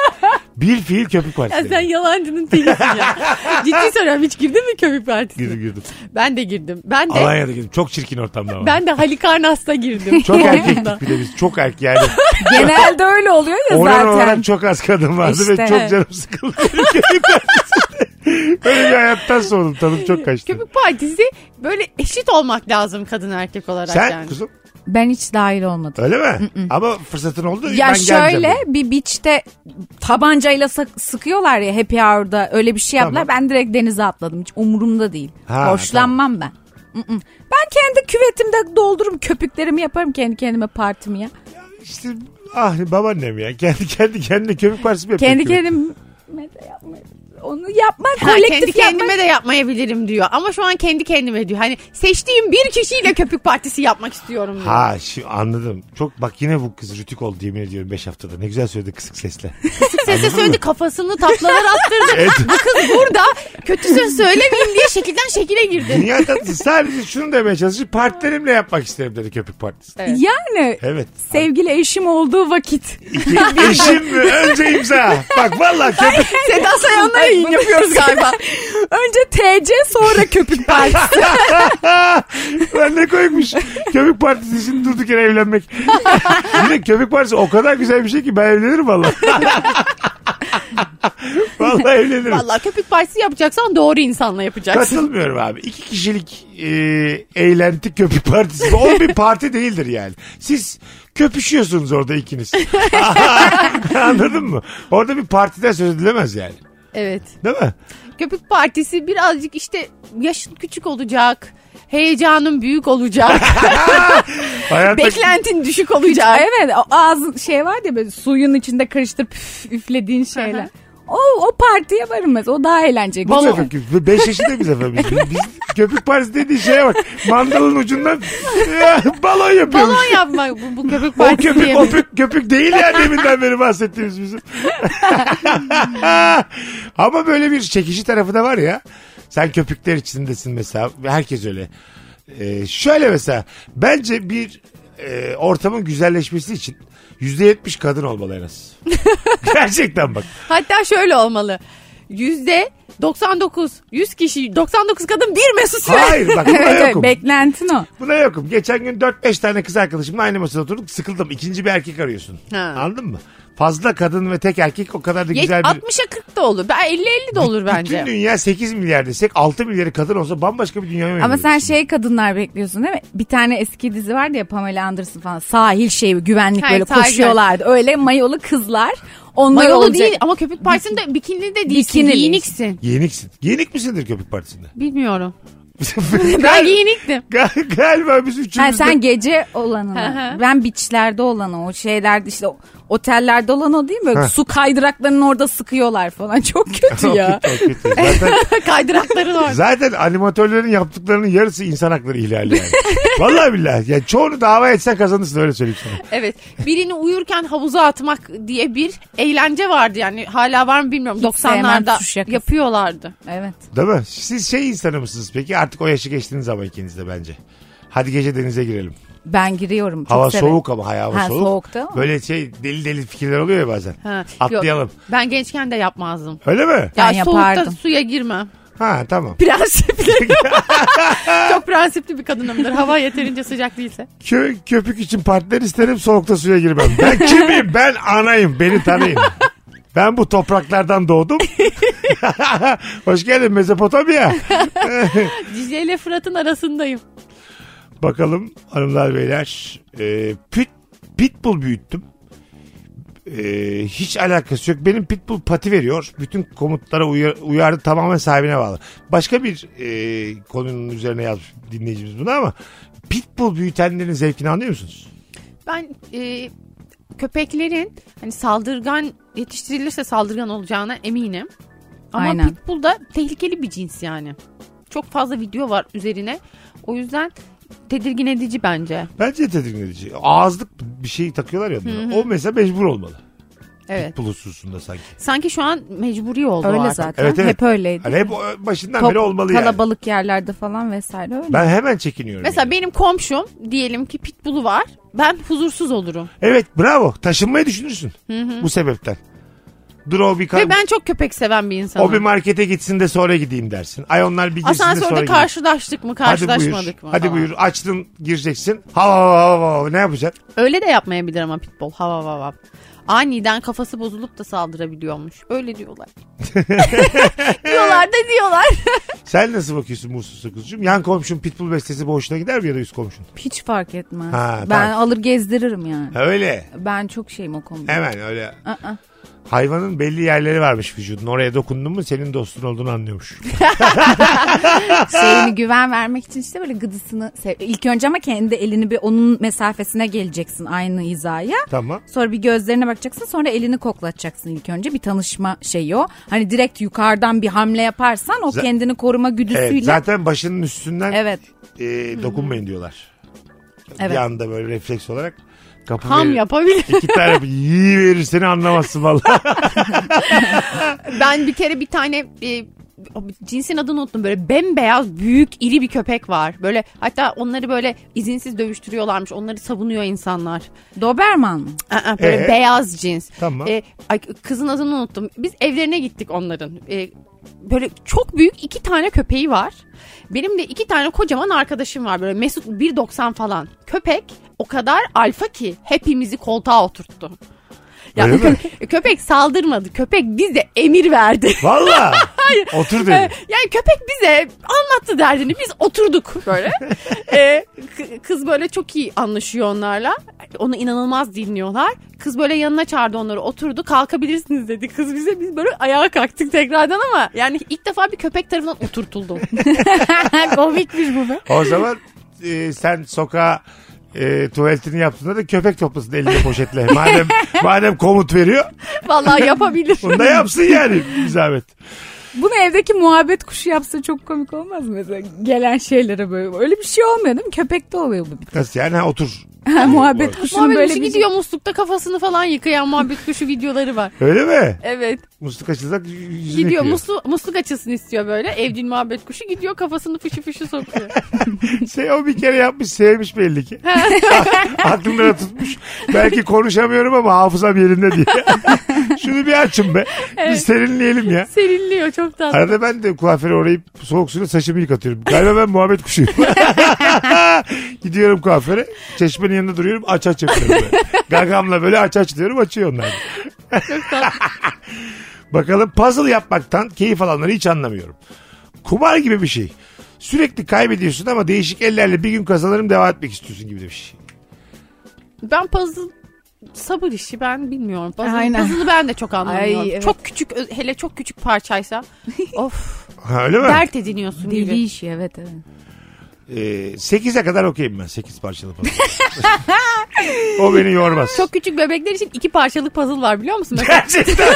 [SPEAKER 3] bir fiil köpük
[SPEAKER 4] Ya
[SPEAKER 3] partisi.
[SPEAKER 4] sen yalancının tekisin ya. Ciddi soruyorum hiç girdin mi Köpük Partisi'ne?
[SPEAKER 3] Girdim girdim.
[SPEAKER 4] Ben de girdim. Ben de
[SPEAKER 3] Alanya'da girdim. Çok çirkin ortamda ama.
[SPEAKER 4] ben de Halikarnas'ta girdim.
[SPEAKER 3] Çok erkektik bir de biz. Çok erkek yani.
[SPEAKER 5] Genelde öyle oluyor ya
[SPEAKER 3] Oran
[SPEAKER 5] zaten.
[SPEAKER 3] olarak çok az kadın vardı ve
[SPEAKER 5] İşte.
[SPEAKER 3] çok canım sıkıldı. Böyle bir hayattan soğudum. Tadım çok kaçtı.
[SPEAKER 4] Köpük Partisi böyle eşit olmak lazım kadın erkek olarak
[SPEAKER 3] Sen
[SPEAKER 4] yani.
[SPEAKER 3] kuzum
[SPEAKER 5] Ben hiç dahil olmadım.
[SPEAKER 3] öyle mi? Ama fırsatın oldu.
[SPEAKER 5] Ya
[SPEAKER 3] ben geleceğim.
[SPEAKER 5] şöyle bir beach'te tabancayla sak- sıkıyorlar ya happy hour'da öyle bir şey yaptılar. Ben direkt denize atladım. Hiç umurumda değil.
[SPEAKER 3] Ha,
[SPEAKER 5] Hoşlanmam ben. Mm-mm. Ben kendi küvetimde doldururum köpüklerimi yaparım kendi kendime partimi ya.
[SPEAKER 3] İşte ah babaannem ya. Kendi kendi kendine köpük partisi mi yapıyor?
[SPEAKER 5] Kendi
[SPEAKER 3] köpük?
[SPEAKER 5] kendime de yapmayı- Onu yapmak
[SPEAKER 4] Ha,
[SPEAKER 5] kolektif
[SPEAKER 4] kendi
[SPEAKER 5] yapmak.
[SPEAKER 4] kendime de yapmayabilirim diyor. Ama şu an kendi kendime diyor. Hani seçtiğim bir kişiyle köpük partisi yapmak istiyorum diyor.
[SPEAKER 3] Ha şu anladım. Çok bak yine bu kız rütük oldu yemin ediyorum 5 haftada. Ne güzel söyledi kısık sesle.
[SPEAKER 4] Sese söyledi kafasını taklalara attırdı.
[SPEAKER 3] Evet.
[SPEAKER 4] Bu kız burada kötü söz söylemeyeyim diye şekilden şekile girdi.
[SPEAKER 3] Dünya tatlısı sadece şunu demeye çalışıyor. Partilerimle yapmak isterim dedi köpük partisi.
[SPEAKER 4] Evet.
[SPEAKER 5] Yani
[SPEAKER 3] Evet.
[SPEAKER 5] sevgili eşim olduğu vakit.
[SPEAKER 3] Eşim mi? Önce imza. Bak vallahi köpük
[SPEAKER 4] Seda Sayan'la yayın yapıyoruz galiba.
[SPEAKER 5] Önce TC sonra köpük partisi.
[SPEAKER 3] Lan ne koymuş. Köpük partisi için durduk yere evlenmek. Bir de köpük partisi o kadar güzel bir şey ki ben evlenirim valla. valla evlenirim.
[SPEAKER 4] Vallahi köpük partisi yapacaksan doğru insanla yapacaksın.
[SPEAKER 3] Katılmıyorum abi. İki kişilik e, eğlenti köpük partisi. O bir parti değildir yani. Siz köpüşüyorsunuz orada ikiniz. Anladın mı? Orada bir partiden söz edilemez yani.
[SPEAKER 4] Evet.
[SPEAKER 3] Değil mi?
[SPEAKER 4] Köpük partisi birazcık işte yaşın küçük olacak. Heyecanın büyük olacak.
[SPEAKER 3] Hayatta
[SPEAKER 4] beklentin düşük olacak.
[SPEAKER 5] evet o ağzın şey var ya böyle suyun içinde karıştırıp üf- üflediğin şeyler. O, o partiye varılmaz. O daha eğlenceli.
[SPEAKER 3] Bu sefer köpük. 5 yaşında biz efendim. Biz, biz köpük partisi dediği şeye bak. Mandalın ucundan balon yapıyormuş.
[SPEAKER 4] Balon yapma bu, bu köpük
[SPEAKER 3] O
[SPEAKER 4] partisi
[SPEAKER 3] köpük,
[SPEAKER 4] diye.
[SPEAKER 3] o pük- köpük değil ya deminden beri bahsettiğimiz bizim. Ama böyle bir çekici tarafı da var ya. Sen köpükler içindesin mesela. Herkes öyle. Ee, şöyle mesela. Bence bir e, ortamın güzelleşmesi için %70 kadın olmalı en az. Gerçekten bak.
[SPEAKER 4] Hatta şöyle olmalı. Yüzde 99, 100 kişi, 99 kadın bir mesut süre.
[SPEAKER 3] Hayır bak buna
[SPEAKER 5] Evet, evet,
[SPEAKER 3] yokum.
[SPEAKER 5] beklentin o.
[SPEAKER 3] Buna yokum. Geçen gün 4-5 tane kız arkadaşımla aynı masada oturduk. Sıkıldım. İkinci bir erkek arıyorsun.
[SPEAKER 4] Ha.
[SPEAKER 3] Anladın mı? Fazla kadın ve tek erkek o kadar da
[SPEAKER 4] Ye-
[SPEAKER 3] güzel bir...
[SPEAKER 4] 60'a 40 da olur. Ben 50-50 de olur
[SPEAKER 3] Bütün
[SPEAKER 4] bence.
[SPEAKER 3] dünya 8 milyar desek 6 milyarı kadın olsa bambaşka bir dünya
[SPEAKER 5] Ama sen şey kadınlar bekliyorsun değil mi? Bir tane eski dizi vardı ya Pamela Anderson falan. Sahil şeyi güvenlik
[SPEAKER 4] Ha,
[SPEAKER 5] böyle
[SPEAKER 4] sahil.
[SPEAKER 5] koşuyorlardı. Öyle mayolu kızlar. Onlar
[SPEAKER 4] Mayolu
[SPEAKER 5] olacak.
[SPEAKER 4] değil ama köpük partisinde bikinli de değilsin.
[SPEAKER 5] Bikinili.
[SPEAKER 4] Giyiniksin.
[SPEAKER 3] Yeniksin. Yenik misindir köpük partisinde?
[SPEAKER 4] Bilmiyorum. Ben giyiniktim.
[SPEAKER 3] Gal- Galiba biz üçümüz
[SPEAKER 5] Ha,
[SPEAKER 3] de-
[SPEAKER 5] sen gece olanı.
[SPEAKER 4] Hı hı.
[SPEAKER 5] ben beachlerde olanı o şeylerde işte o- otellerde olan o değil mi? Böyle
[SPEAKER 3] Ha.
[SPEAKER 5] su kaydıraklarının orada sıkıyorlar falan. Çok kötü
[SPEAKER 3] Çok
[SPEAKER 5] ya.
[SPEAKER 3] kötü, çok kötü. Zaten,
[SPEAKER 4] Kaydırakların orada.
[SPEAKER 3] zaten animatörlerin yaptıklarının yarısı insan hakları ihlali yani. Vallahi billahi. Ya çoğunu dava etsen kazanırsın öyle söyleyeyim sana.
[SPEAKER 4] Evet. Birini uyurken havuza atmak diye bir eğlence vardı yani. Hala var mı bilmiyorum.
[SPEAKER 5] sevmem suç
[SPEAKER 4] 90'larda
[SPEAKER 5] yakası.
[SPEAKER 4] yapıyorlardı.
[SPEAKER 5] evet.
[SPEAKER 3] Değil mi? Siz şey insanı mısınız peki? Artık o yaşı geçtiniz ama ikiniz de bence. Hadi gece denize girelim.
[SPEAKER 5] Ben giriyorum. Çok
[SPEAKER 3] Hava
[SPEAKER 5] severim.
[SPEAKER 3] soğuk ama hay, hava
[SPEAKER 5] Ha,
[SPEAKER 3] soğuk.
[SPEAKER 5] soğukta ama.
[SPEAKER 3] Böyle şey deli deli fikirler oluyor ya bazen.
[SPEAKER 4] Ha, yok.
[SPEAKER 3] Atlayalım.
[SPEAKER 4] ben gençken de yapmazdım.
[SPEAKER 3] Öyle mi?
[SPEAKER 5] Ben
[SPEAKER 4] Ya soğukta
[SPEAKER 5] yapardım.
[SPEAKER 4] suya girmem.
[SPEAKER 3] Ha tamam.
[SPEAKER 4] Prensipli. Çok prensipli bir kadınımdır. Hava yeterince sıcak değilse.
[SPEAKER 3] Kö köpük için partner isterim soğukta suya girmem. Ben kimim? Ben anayım. Beni tanıyın. Ben bu topraklardan doğdum. Hoş geldin Mezopotamya.
[SPEAKER 4] Dicle ile Fırat'ın arasındayım.
[SPEAKER 3] Bakalım hanımlar beyler. Ee, pit, pitbull büyüttüm. Ee, hiç alakası yok. Benim pitbull pati veriyor. Bütün komutlara uyar, uyardı tamamen sahibine bağlı. Başka bir e, konunun üzerine yazmış dinleyicimiz bunu ama pitbull büyütenlerin zevkini anlıyor musunuz?
[SPEAKER 4] Ben e, köpeklerin hani saldırgan yetiştirilirse saldırgan olacağına eminim. Ama
[SPEAKER 5] Aynen.
[SPEAKER 4] pitbull da tehlikeli bir cins yani. Çok fazla video var üzerine. O yüzden tedirgin edici bence.
[SPEAKER 3] Bence tedirgin edici. Ağızlık bir şey takıyorlar ya. onlara. O mesela mecbur olmalı.
[SPEAKER 4] Evet.
[SPEAKER 3] Pitbull hususunda sanki.
[SPEAKER 4] Sanki şu an mecburi oldu o
[SPEAKER 5] Öyle
[SPEAKER 4] artık.
[SPEAKER 5] zaten.
[SPEAKER 3] Evet, evet.
[SPEAKER 5] Hep öyleydi.
[SPEAKER 3] Hani hep o- başından
[SPEAKER 5] Top-
[SPEAKER 3] beri olmalı yani.
[SPEAKER 5] kalabalık yerlerde falan vesaire öyle.
[SPEAKER 3] Ben hemen çekiniyorum.
[SPEAKER 4] Mesela
[SPEAKER 3] yani.
[SPEAKER 4] benim komşum diyelim ki pitbull'u var. Ben huzursuz olurum.
[SPEAKER 3] Evet bravo. Taşınmayı düşünürsün. Bu sebepten. Dur o bir,
[SPEAKER 4] Ve ben çok köpek seven bir insanım.
[SPEAKER 3] o bir markete gitsin de sonra gideyim dersin. Ay onlar bir girsin de sonra
[SPEAKER 4] Asansörde
[SPEAKER 3] gideyim.
[SPEAKER 4] karşılaştık mı
[SPEAKER 3] Hadi
[SPEAKER 4] karşılaşmadık
[SPEAKER 3] buyur.
[SPEAKER 4] mı?
[SPEAKER 3] Hadi
[SPEAKER 4] falan.
[SPEAKER 3] buyur. Açtın gireceksin. Hava hava hava hava. Ne yapacaksın?
[SPEAKER 4] Öyle de yapmayabilir ama pitbull. Hava hava hava. Aniden kafası bozulup da saldırabiliyormuş. Öyle diyorlar. diyorlar da diyorlar.
[SPEAKER 3] Sen nasıl bakıyorsun bu hususa kuzucuğum? Yan komşun pitbull bestesi bu hoşuna gider mi ya da üst komşun?
[SPEAKER 5] Hiç fark etmez.
[SPEAKER 3] Ha,
[SPEAKER 5] ben
[SPEAKER 3] tamam.
[SPEAKER 5] alır gezdiririm yani.
[SPEAKER 3] Ha, Öyle.
[SPEAKER 5] Ben çok şeyim o konuda.
[SPEAKER 3] Hemen öyle.
[SPEAKER 5] Aa.
[SPEAKER 3] Hayvanın belli yerleri varmış vücudun. Oraya dokundun mu senin dostun olduğunu anlıyormuş.
[SPEAKER 5] Şeyini güven vermek için işte böyle gıdısını sev. İlk önce ama kendi elini bir onun mesafesine geleceksin aynı hizaya.
[SPEAKER 3] tamam.
[SPEAKER 5] Sonra bir gözlerine bakacaksın sonra elini koklatacaksın ilk önce bir tanışma şeyi o. Hani direkt yukarıdan bir hamle yaparsan o
[SPEAKER 3] Za-
[SPEAKER 5] kendini koruma güdüsüyle.
[SPEAKER 3] Evet, zaten başının üstünden
[SPEAKER 5] Evet.
[SPEAKER 3] e, dokunmayın diyorlar. Bir
[SPEAKER 5] Evet.
[SPEAKER 3] anda böyle refleks olarak kapı
[SPEAKER 4] Ham
[SPEAKER 3] verir.
[SPEAKER 4] yapabilir.
[SPEAKER 3] İki tane iyi verir seni anlamazsın vallahi.
[SPEAKER 4] ben bir kere bir tane e, o cinsin adını unuttum böyle bembeyaz büyük iri bir köpek var. Böyle hatta onları böyle izinsiz dövüştürüyorlarmış. Onları savunuyor insanlar.
[SPEAKER 5] Doberman mı?
[SPEAKER 4] Aa, böyle
[SPEAKER 3] Ee?
[SPEAKER 4] beyaz cins.
[SPEAKER 3] Tamam.
[SPEAKER 4] Ee, ay, kızın adını unuttum. Biz evlerine gittik onların. Ee, böyle çok büyük iki tane köpeği var. Benim de iki tane kocaman arkadaşım var. Böyle Mesut 1.90 falan. Köpek o kadar alfa ki hepimizi koltuğa oturttu. Ya
[SPEAKER 3] Öyle mi?
[SPEAKER 4] kö- köpek saldırmadı. Köpek bize emir verdi.
[SPEAKER 3] Valla. Otur dedi.
[SPEAKER 4] Ee, Yani köpek bize anlattı derdini. Biz oturduk böyle. Ee, k- kız böyle çok iyi anlaşıyor onlarla. Onu inanılmaz dinliyorlar. Kız böyle yanına çağırdı onları oturdu. Kalkabilirsiniz dedi. Kız bize biz böyle ayağa kalktık tekrardan ama yani ilk defa bir köpek tarafından oturtuldum. Komikmiş bu be.
[SPEAKER 3] O zaman e, sen sokağa e, tuvaletini yaptığında da köpek toplasın elinde poşetle. Madem madem komut veriyor
[SPEAKER 4] Vallahi yapabilir.
[SPEAKER 3] bunu da yapsın yani bir zahmet.
[SPEAKER 5] Bunu evdeki muhabbet kuşu yapsa çok komik olmaz mı? Mesela gelen şeylere böyle. Öyle bir şey olmuyor değil mi? Köpekte oluyor bu.
[SPEAKER 3] Nasıl yani ha, otur.
[SPEAKER 5] Ha, muhabbet kuşunun
[SPEAKER 4] Muhabbet
[SPEAKER 5] böyle
[SPEAKER 4] kuşu
[SPEAKER 5] bir şey
[SPEAKER 4] gidiyor muslukta kafasını falan yıkayan muhabbet kuşu videoları var.
[SPEAKER 3] Öyle mi?
[SPEAKER 4] Evet.
[SPEAKER 3] Musluk açılacak yüzünü
[SPEAKER 4] Gidiyor
[SPEAKER 3] yıkıyor.
[SPEAKER 4] muslu, musluk açılsın istiyor böyle. Evcil muhabbet kuşu gidiyor kafasını fışı fışı sokuyor.
[SPEAKER 3] Şey, o bir kere yapmış sevmiş belli ki. Aklımda da tutmuş. Belki konuşamıyorum ama hafızam yerinde diye. Şunu bir açın be. Bir serinleyelim ya.
[SPEAKER 4] Serinliyor çok tatlı.
[SPEAKER 3] Arada ben de kuaföre uğrayıp soğuk suyla saçımı yıkatıyorum. Galiba ben muhabbet kuşuyum. Gidiyorum kuaföre. Çeşmenin yanında duruyorum. Aç aç yapıyorum böyle. Gagamla böyle aç aç diyorum. Açıyor onlar. Bakalım puzzle yapmaktan keyif alanları hiç anlamıyorum. Kumar gibi bir şey. Sürekli kaybediyorsun ama değişik ellerle bir gün kazanırım devam etmek istiyorsun gibi şey. demiş.
[SPEAKER 4] Ben puzzle sabır işi ben bilmiyorum. Puzzle,
[SPEAKER 5] Aynen.
[SPEAKER 4] puzzle'ı ben de çok anlamıyorum.
[SPEAKER 5] Ay, evet.
[SPEAKER 4] Çok küçük ö- hele çok küçük parçaysa of
[SPEAKER 3] Ha, öyle mi?
[SPEAKER 4] dert ediniyorsun
[SPEAKER 5] Deli
[SPEAKER 4] gibi.
[SPEAKER 5] işi evet evet.
[SPEAKER 3] Ee, 8'e kadar okeyim ben. 8 parçalı puzzle. o beni yormaz.
[SPEAKER 4] Çok küçük bebekler için iki parçalık puzzle var biliyor musun? Mesela
[SPEAKER 3] Gerçekten.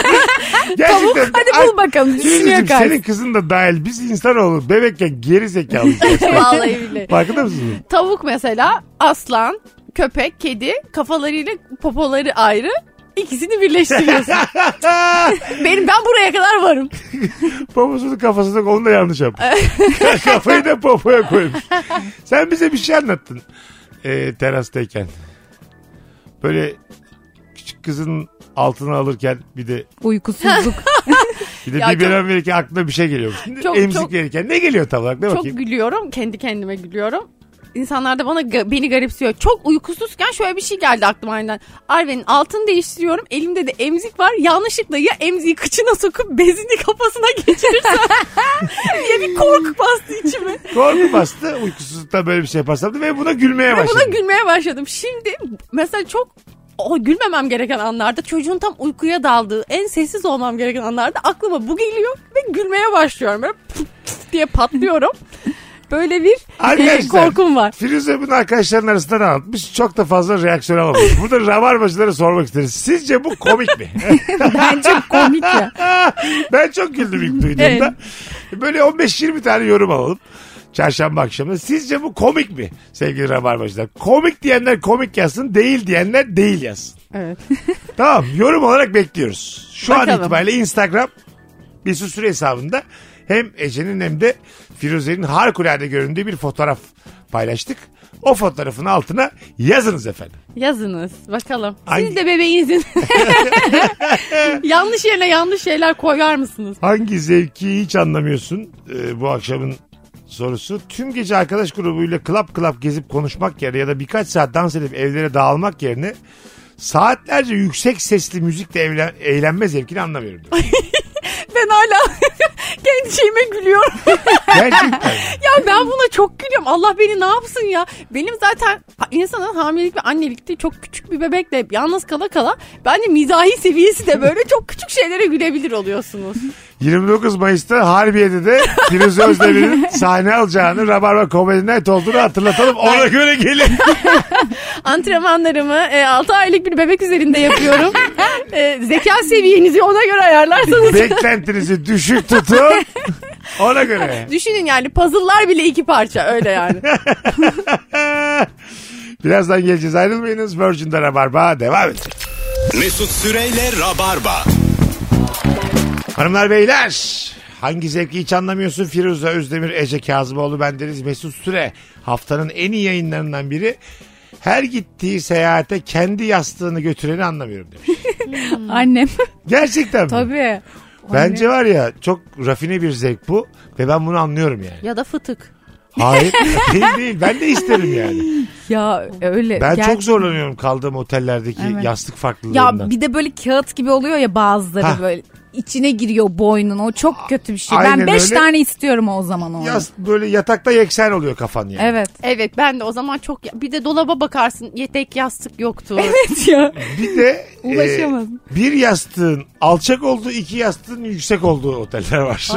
[SPEAKER 5] Tavuk
[SPEAKER 3] Gerçekten.
[SPEAKER 5] hadi bul bakalım düşünüyor
[SPEAKER 3] Gülsüzcüğüm, senin
[SPEAKER 5] karşı.
[SPEAKER 3] kızın da dahil biz insanoğlu bebekken geri zekalıyız.
[SPEAKER 4] vallahi billahi.
[SPEAKER 3] Farkında mısın?
[SPEAKER 4] Tavuk mesela, aslan, köpek, kedi kafalarıyla popoları ayrı. İkisini birleştiriyorsun. Benim ben buraya kadar varım.
[SPEAKER 3] Poposunu kafasına onu da yanlış yapmış. Kafayı da popoya koymuş. Sen bize bir şey anlattın. e, terastayken. Böyle küçük kızın altına alırken bir de
[SPEAKER 5] Uykusuzluk.
[SPEAKER 3] bir de
[SPEAKER 4] Ya
[SPEAKER 3] biberon verirken aklına bir şey geliyor.
[SPEAKER 4] Çok-
[SPEAKER 3] Emzik
[SPEAKER 4] çok-
[SPEAKER 3] verirken ne geliyor tam olarak? Ne
[SPEAKER 4] Çok
[SPEAKER 3] bakayım?
[SPEAKER 4] gülüyorum. Kendi kendime gülüyorum. İnsanlar da bana ga- beni garipsiyor. Çok uykusuzken şöyle bir şey geldi aklıma aynen. Arven'in altını değiştiriyorum. Elimde de emzik var. Yanlışlıkla ya emziği kıçına sokup bezini kafasına geçirirsem diye bir korku bastı içime.
[SPEAKER 3] Korku bastı. Uykusuzluktan böyle bir şey yaparsam ve buna gülmeye
[SPEAKER 4] Ve
[SPEAKER 3] başladım.
[SPEAKER 4] buna gülmeye başladım. Şimdi mesela çok o gülmemem gereken anlarda çocuğun tam uykuya daldığı en sessiz olmam gereken anlarda aklıma bu geliyor ve gülmeye başlıyorum. Böyle pıf pıf diye patlıyorum. Böyle bir e,
[SPEAKER 3] Arkadaşlar.
[SPEAKER 4] korkum var.
[SPEAKER 3] Firuze bunu arkadaşların arasında da anlatmış. Çok da fazla reaksiyon alamamış. Burada rabarbacılara sormak isteriz. Sizce bu komik mi?
[SPEAKER 5] Bence komik ya.
[SPEAKER 3] ben çok güldüm ilk duyduğumda. Böyle 15-20 tane yorum alalım. Çarşamba akşamı. Sizce bu komik mi sevgili rabarbacılar? Komik diyenler komik yazsın, değil diyenler değil yazsın.
[SPEAKER 4] Evet.
[SPEAKER 3] Tamam yorum olarak bekliyoruz. Şu an
[SPEAKER 4] Bakalım.
[SPEAKER 3] itibariyle Instagram bir su süre hesabında hem Ece'nin hem de Firuze'nin harikulade göründüğü bir fotoğraf paylaştık. O fotoğrafın altına yazınız efendim.
[SPEAKER 4] Yazınız bakalım.
[SPEAKER 3] Hangi-
[SPEAKER 4] Siz de bebeğinizin yanlış yerine yanlış şeyler koyar mısınız?
[SPEAKER 3] Hangi zevki hiç anlamıyorsun e, bu akşamın sorusu. Tüm gece arkadaş grubuyla klap klap gezip konuşmak yerine ya da birkaç saat dans edip evlere dağılmak yerine saatlerce yüksek sesli müzikle evlen- eğlenme zevkini anlamıyorum. diyor.
[SPEAKER 4] Ben hala kendi şeyime gülüyorum.
[SPEAKER 3] Gerçekten.
[SPEAKER 4] ya ben buna çok gülüyorum. Allah beni ne yapsın ya. Benim zaten insanın hamilelik ve annelikte çok küçük bir bebekle yalnız kala kala bence mizahi seviyesi de böyle çok küçük şeylere gülebilir oluyorsunuz.
[SPEAKER 3] 29 Mayıs'ta Harbiye'de de Firuze Özdemir'in sahne alacağını Rabarba Comedy Night olduğunu hatırlatalım. Ona göre gelin.
[SPEAKER 4] Antrenmanlarımı 6 aylık bir bebek üzerinde yapıyorum. E, zeka seviyenizi ona göre ayarlarsanız.
[SPEAKER 3] Beklentinizi düşük tutun. Ona göre.
[SPEAKER 4] Düşünün yani puzzle'lar bile iki parça öyle yani.
[SPEAKER 3] Birazdan geleceğiz ayrılmayınız. Virgin'de Rabarba devam edecek.
[SPEAKER 2] Mesut Süreyle Rabarba.
[SPEAKER 3] Hanımlar beyler hangi zevki hiç anlamıyorsun Firuze Özdemir Ece Kazımoğlu bendeniz Mesut Süre haftanın en iyi yayınlarından biri her gittiği seyahate kendi yastığını götüreni anlamıyorum demiş.
[SPEAKER 5] Annem.
[SPEAKER 3] Gerçekten mi?
[SPEAKER 5] Hmm. Tabii.
[SPEAKER 3] Bence var ya çok rafine bir zevk bu ve ben bunu anlıyorum yani.
[SPEAKER 4] ya da fıtık.
[SPEAKER 3] Hayır değil değil ben de isterim yani.
[SPEAKER 5] Ya öyle.
[SPEAKER 3] Ben
[SPEAKER 5] Gel-
[SPEAKER 3] çok zorlanıyorum kaldığım otellerdeki
[SPEAKER 5] Evet.
[SPEAKER 3] yastık farklılığından.
[SPEAKER 5] Ya bir de böyle kağıt gibi oluyor ya bazıları
[SPEAKER 3] Ha.
[SPEAKER 5] böyle içine giriyor boynun o çok kötü bir şey.
[SPEAKER 3] Aynen
[SPEAKER 5] ben beş
[SPEAKER 3] öyle.
[SPEAKER 5] tane istiyorum o zaman onu.
[SPEAKER 3] Yas- böyle yatakta yeksen oluyor kafan yani.
[SPEAKER 5] Evet.
[SPEAKER 4] Evet ben de o zaman çok bir de dolaba bakarsın yetek yastık yoktu.
[SPEAKER 5] Evet ya.
[SPEAKER 3] Bir de
[SPEAKER 5] Ulaşamadım.
[SPEAKER 3] e, bir yastığın alçak olduğu, iki yastığın yüksek olduğu oteller var.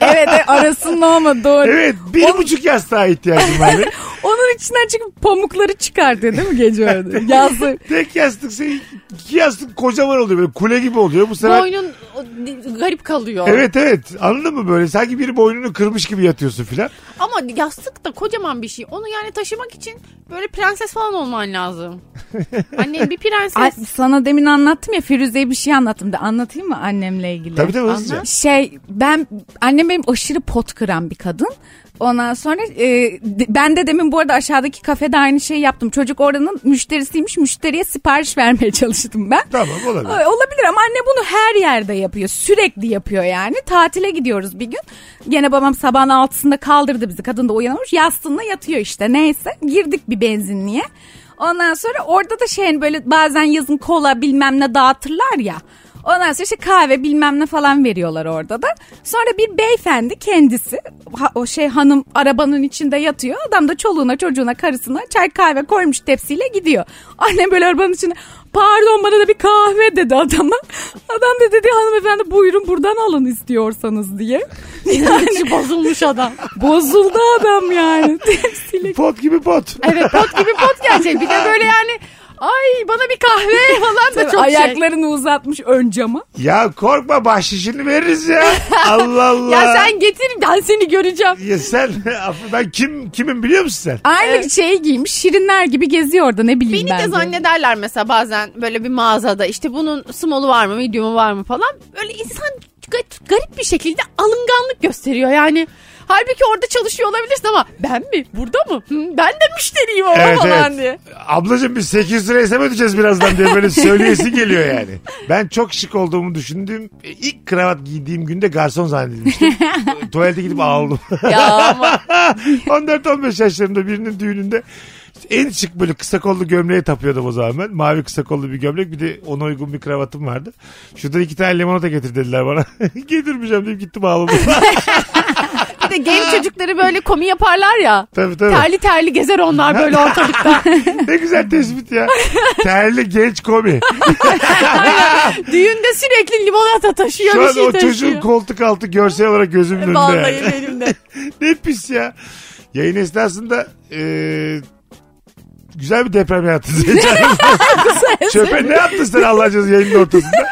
[SPEAKER 5] evet e, arasında ama doğru.
[SPEAKER 3] evet, bir buçuk yastığa ihtiyacım var. benim.
[SPEAKER 5] Onun içinden çıkıp pamukları çıkartıyor değil mi gece öyle? Yazdı.
[SPEAKER 3] Tek yastık, senin- iki yastık kocaman oluyor böyle kule gibi oluyor. Bu sefer
[SPEAKER 4] Boynun o, di- garip kalıyor.
[SPEAKER 3] Evet evet anladın mı böyle sanki biri boynunu kırmış gibi yatıyorsun filan.
[SPEAKER 4] Ama yastık da kocaman bir şey. Onu yani taşımak için böyle prenses falan olman lazım. Annem bir
[SPEAKER 5] Ay,
[SPEAKER 4] prenses.
[SPEAKER 5] sana demin anlattım ya Firuze'ye bir şey anlattım da anlatayım mı annemle ilgili?
[SPEAKER 3] Tabii tabii hızlıca.
[SPEAKER 4] Anlat.
[SPEAKER 5] Şey ben annem benim aşırı pot kıran bir kadın. Ondan sonra e, de- ben de demin bu arada aşağıdaki kafede aynı şeyi yaptım. Çocuk oranın müşterisiymiş müşteriye sipariş vermeye çalıştım ben.
[SPEAKER 3] Tamam olabilir.
[SPEAKER 5] Ay, Olabilir ama anne bunu her yerde yapıyor. Sürekli yapıyor yani. Tatile gidiyoruz bir gün. Gene babam sabahın altısında kaldırdı bizi. Kadın da uyanmış. Yastığında yatıyor işte. Neyse girdik bir benzinliğe. Ondan sonra orada da şey hani böyle bazen yazın kola bilmem ne dağıtırlar ya. Ondan sonra işte kahve bilmem ne falan veriyorlar orada da. Sonra bir beyefendi kendisi ha- o şey hanım arabanın içinde yatıyor. Adam da çoluğuna çocuğuna karısına çay kahve koymuş tepsiyle gidiyor. Annem böyle arabanın içinde pardon bana da bir kahve dedi adama. Adam da dedi hanımefendi buyurun buradan alın istiyorsanız diye.
[SPEAKER 4] İnançı bozulmuş adam.
[SPEAKER 5] Bozuldu adam yani tepsiyle.
[SPEAKER 3] Pot gibi pot.
[SPEAKER 4] Evet pot gibi pot gerçek. Bir de böyle yani ay bana bir kahve falan da çok şey.
[SPEAKER 5] Ayaklarını uzatmış ön cama.
[SPEAKER 3] Ya korkma bahşişini veririz ya. Allah Allah.
[SPEAKER 4] Ya sen getir ben seni göreceğim.
[SPEAKER 3] Ya sen affı, ben kim kimim biliyor musun sen?
[SPEAKER 5] Aynı şeyi şey giymiş şirinler gibi geziyor orada ne bileyim
[SPEAKER 4] Beni
[SPEAKER 5] ben.
[SPEAKER 4] de zannederler mesela bazen böyle bir mağazada işte bunun small'u var mı medium'u var mı falan. Böyle insan ga- garip bir şekilde alınganlık gösteriyor yani. Halbuki orada çalışıyor olabilirsin ama ben mi? Burada mı? Hı, ben de müşteriyim ama
[SPEAKER 3] Evet,
[SPEAKER 4] falan
[SPEAKER 3] evet.
[SPEAKER 4] diye.
[SPEAKER 3] Ablacığım biz 800 lira hesap ödeyeceğiz birazdan diye böyle söyleyesi geliyor yani. Ben çok şık olduğumu düşündüğüm e, ilk kravat giydiğim günde garson zannedilmiştim. Tuvalete gidip ağladım.
[SPEAKER 4] Ya ama
[SPEAKER 3] 14-15 yaşlarımda birinin düğününde en şık böyle kısa kollu gömleğe tapıyordum o zaman ben. Mavi kısa kollu bir gömlek bir de ona uygun bir kravatım vardı. Şuradan iki tane limonata getir dediler bana. Getirmeyeceğim deyip gittim ağladım.
[SPEAKER 4] bir de genç çocukları böyle komi yaparlar ya.
[SPEAKER 3] tabii tabii.
[SPEAKER 4] Terli terli gezer onlar böyle ortalıkta.
[SPEAKER 3] Ne güzel tespit ya. Terli genç komi.
[SPEAKER 4] Düğünde sürekli limonata taşıyor
[SPEAKER 3] Şu
[SPEAKER 4] bir
[SPEAKER 3] an
[SPEAKER 4] şey
[SPEAKER 3] o
[SPEAKER 4] taşıyor.
[SPEAKER 3] çocuğun koltuk altı görsel olarak
[SPEAKER 5] E,
[SPEAKER 3] gözümün önünde.
[SPEAKER 4] Vallahi
[SPEAKER 3] yani.
[SPEAKER 4] benim de.
[SPEAKER 3] ne pis ya. Yayın esnasında eee güzel bir deprem yarattın. Çöpe ne yaptın sen Allah'ın cezası yayının ortasında?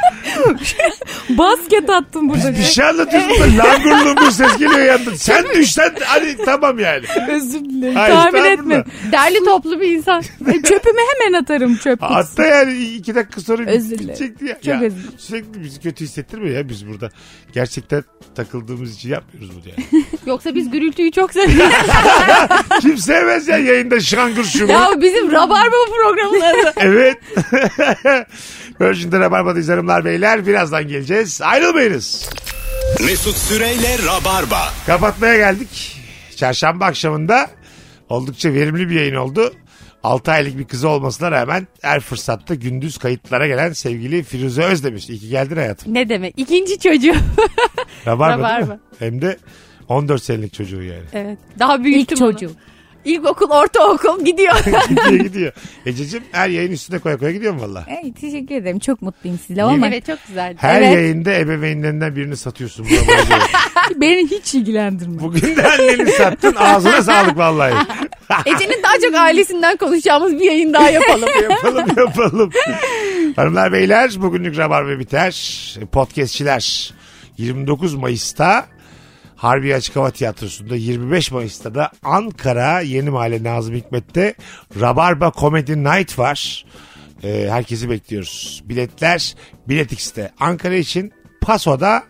[SPEAKER 5] Basket attım burada.
[SPEAKER 3] Bir şey anlatıyorsun da langur lungur ses geliyor yandan. Sen düşsen hadi tamam yani.
[SPEAKER 5] Özür dilerim.
[SPEAKER 3] Hayır,
[SPEAKER 5] Tahmin
[SPEAKER 3] estağfurullah.
[SPEAKER 5] etmedim.
[SPEAKER 4] Derli toplu bir insan.
[SPEAKER 5] E, Çöpümü hemen atarım çöp kutusuna.
[SPEAKER 3] Hatta yani iki dakika sonra
[SPEAKER 5] Özür
[SPEAKER 3] bir
[SPEAKER 5] dilerim.
[SPEAKER 3] çekti ya.
[SPEAKER 5] Çok
[SPEAKER 3] Ya,
[SPEAKER 5] özür dilerim.
[SPEAKER 3] Sürekli bizi kötü hissettirmiyor ya biz burada. Gerçekten takıldığımız için yapmıyoruz bunu yani.
[SPEAKER 4] Yoksa biz gürültüyü çok seviyoruz.
[SPEAKER 3] Kim sevmez ya yayında şangır şungur.
[SPEAKER 4] ya bizim Rabarba programının adı.
[SPEAKER 3] Evet. Virgin'de Rabarba'dayız hanımlar beyler. Birazdan geleceğiz. Ayrılmayınız.
[SPEAKER 2] Mesut Süreyle Rabarba.
[SPEAKER 3] Kapatmaya geldik. Çarşamba akşamında oldukça verimli bir yayın oldu. 6 aylık bir kızı olmasına rağmen her fırsatta gündüz kayıtlara gelen sevgili Firuze Özdemir. İyi ki geldin hayatım.
[SPEAKER 4] Ne demek? İkinci çocuğu.
[SPEAKER 3] Rabarba, değil
[SPEAKER 4] Rabarba.
[SPEAKER 3] mi? Hem de 14 senelik çocuğu yani.
[SPEAKER 4] evet. Daha büyüttüm
[SPEAKER 5] İlk
[SPEAKER 4] onu.
[SPEAKER 5] çocuğu.
[SPEAKER 4] İlkokul, ortaokul gidiyor.
[SPEAKER 3] gidiyor gidiyor. Ececiğim her yayın üstüne koya koya gidiyor mu valla?
[SPEAKER 5] Ey, teşekkür ederim. Çok mutluyum sizle ama
[SPEAKER 4] evet çok güzeldi.
[SPEAKER 3] Her
[SPEAKER 5] Evet.
[SPEAKER 3] yayında ebeveynlerinden birini satıyorsun. Buna bayılıyorum.
[SPEAKER 5] beni hiç ilgilendirmez.
[SPEAKER 3] Bugün de anneni sattın. Ağzına sağlık vallahi.
[SPEAKER 4] Ece'nin daha çok ailesinden konuşacağımız bir yayın daha yapalım.
[SPEAKER 3] yapalım yapalım. Hanımlar beyler bugünlük Rabarba biter. Podcastçiler 29 Mayıs'ta Harbi Açık Hava Tiyatrosu'nda 25 Mayıs'ta da Ankara Yeni Mahalle Nazım Hikmet'te Rabarba Comedy Night var. Ee, herkesi bekliyoruz. Biletler Biletix'te. Ankara için Paso'da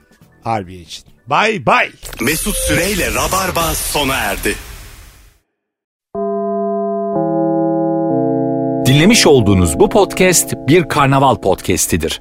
[SPEAKER 3] Harbiye için. Bay bay.
[SPEAKER 2] Mesut Süreyle Rabarba sona erdi.
[SPEAKER 1] Dinlemiş olduğunuz bu podcast bir karnaval podcastidir.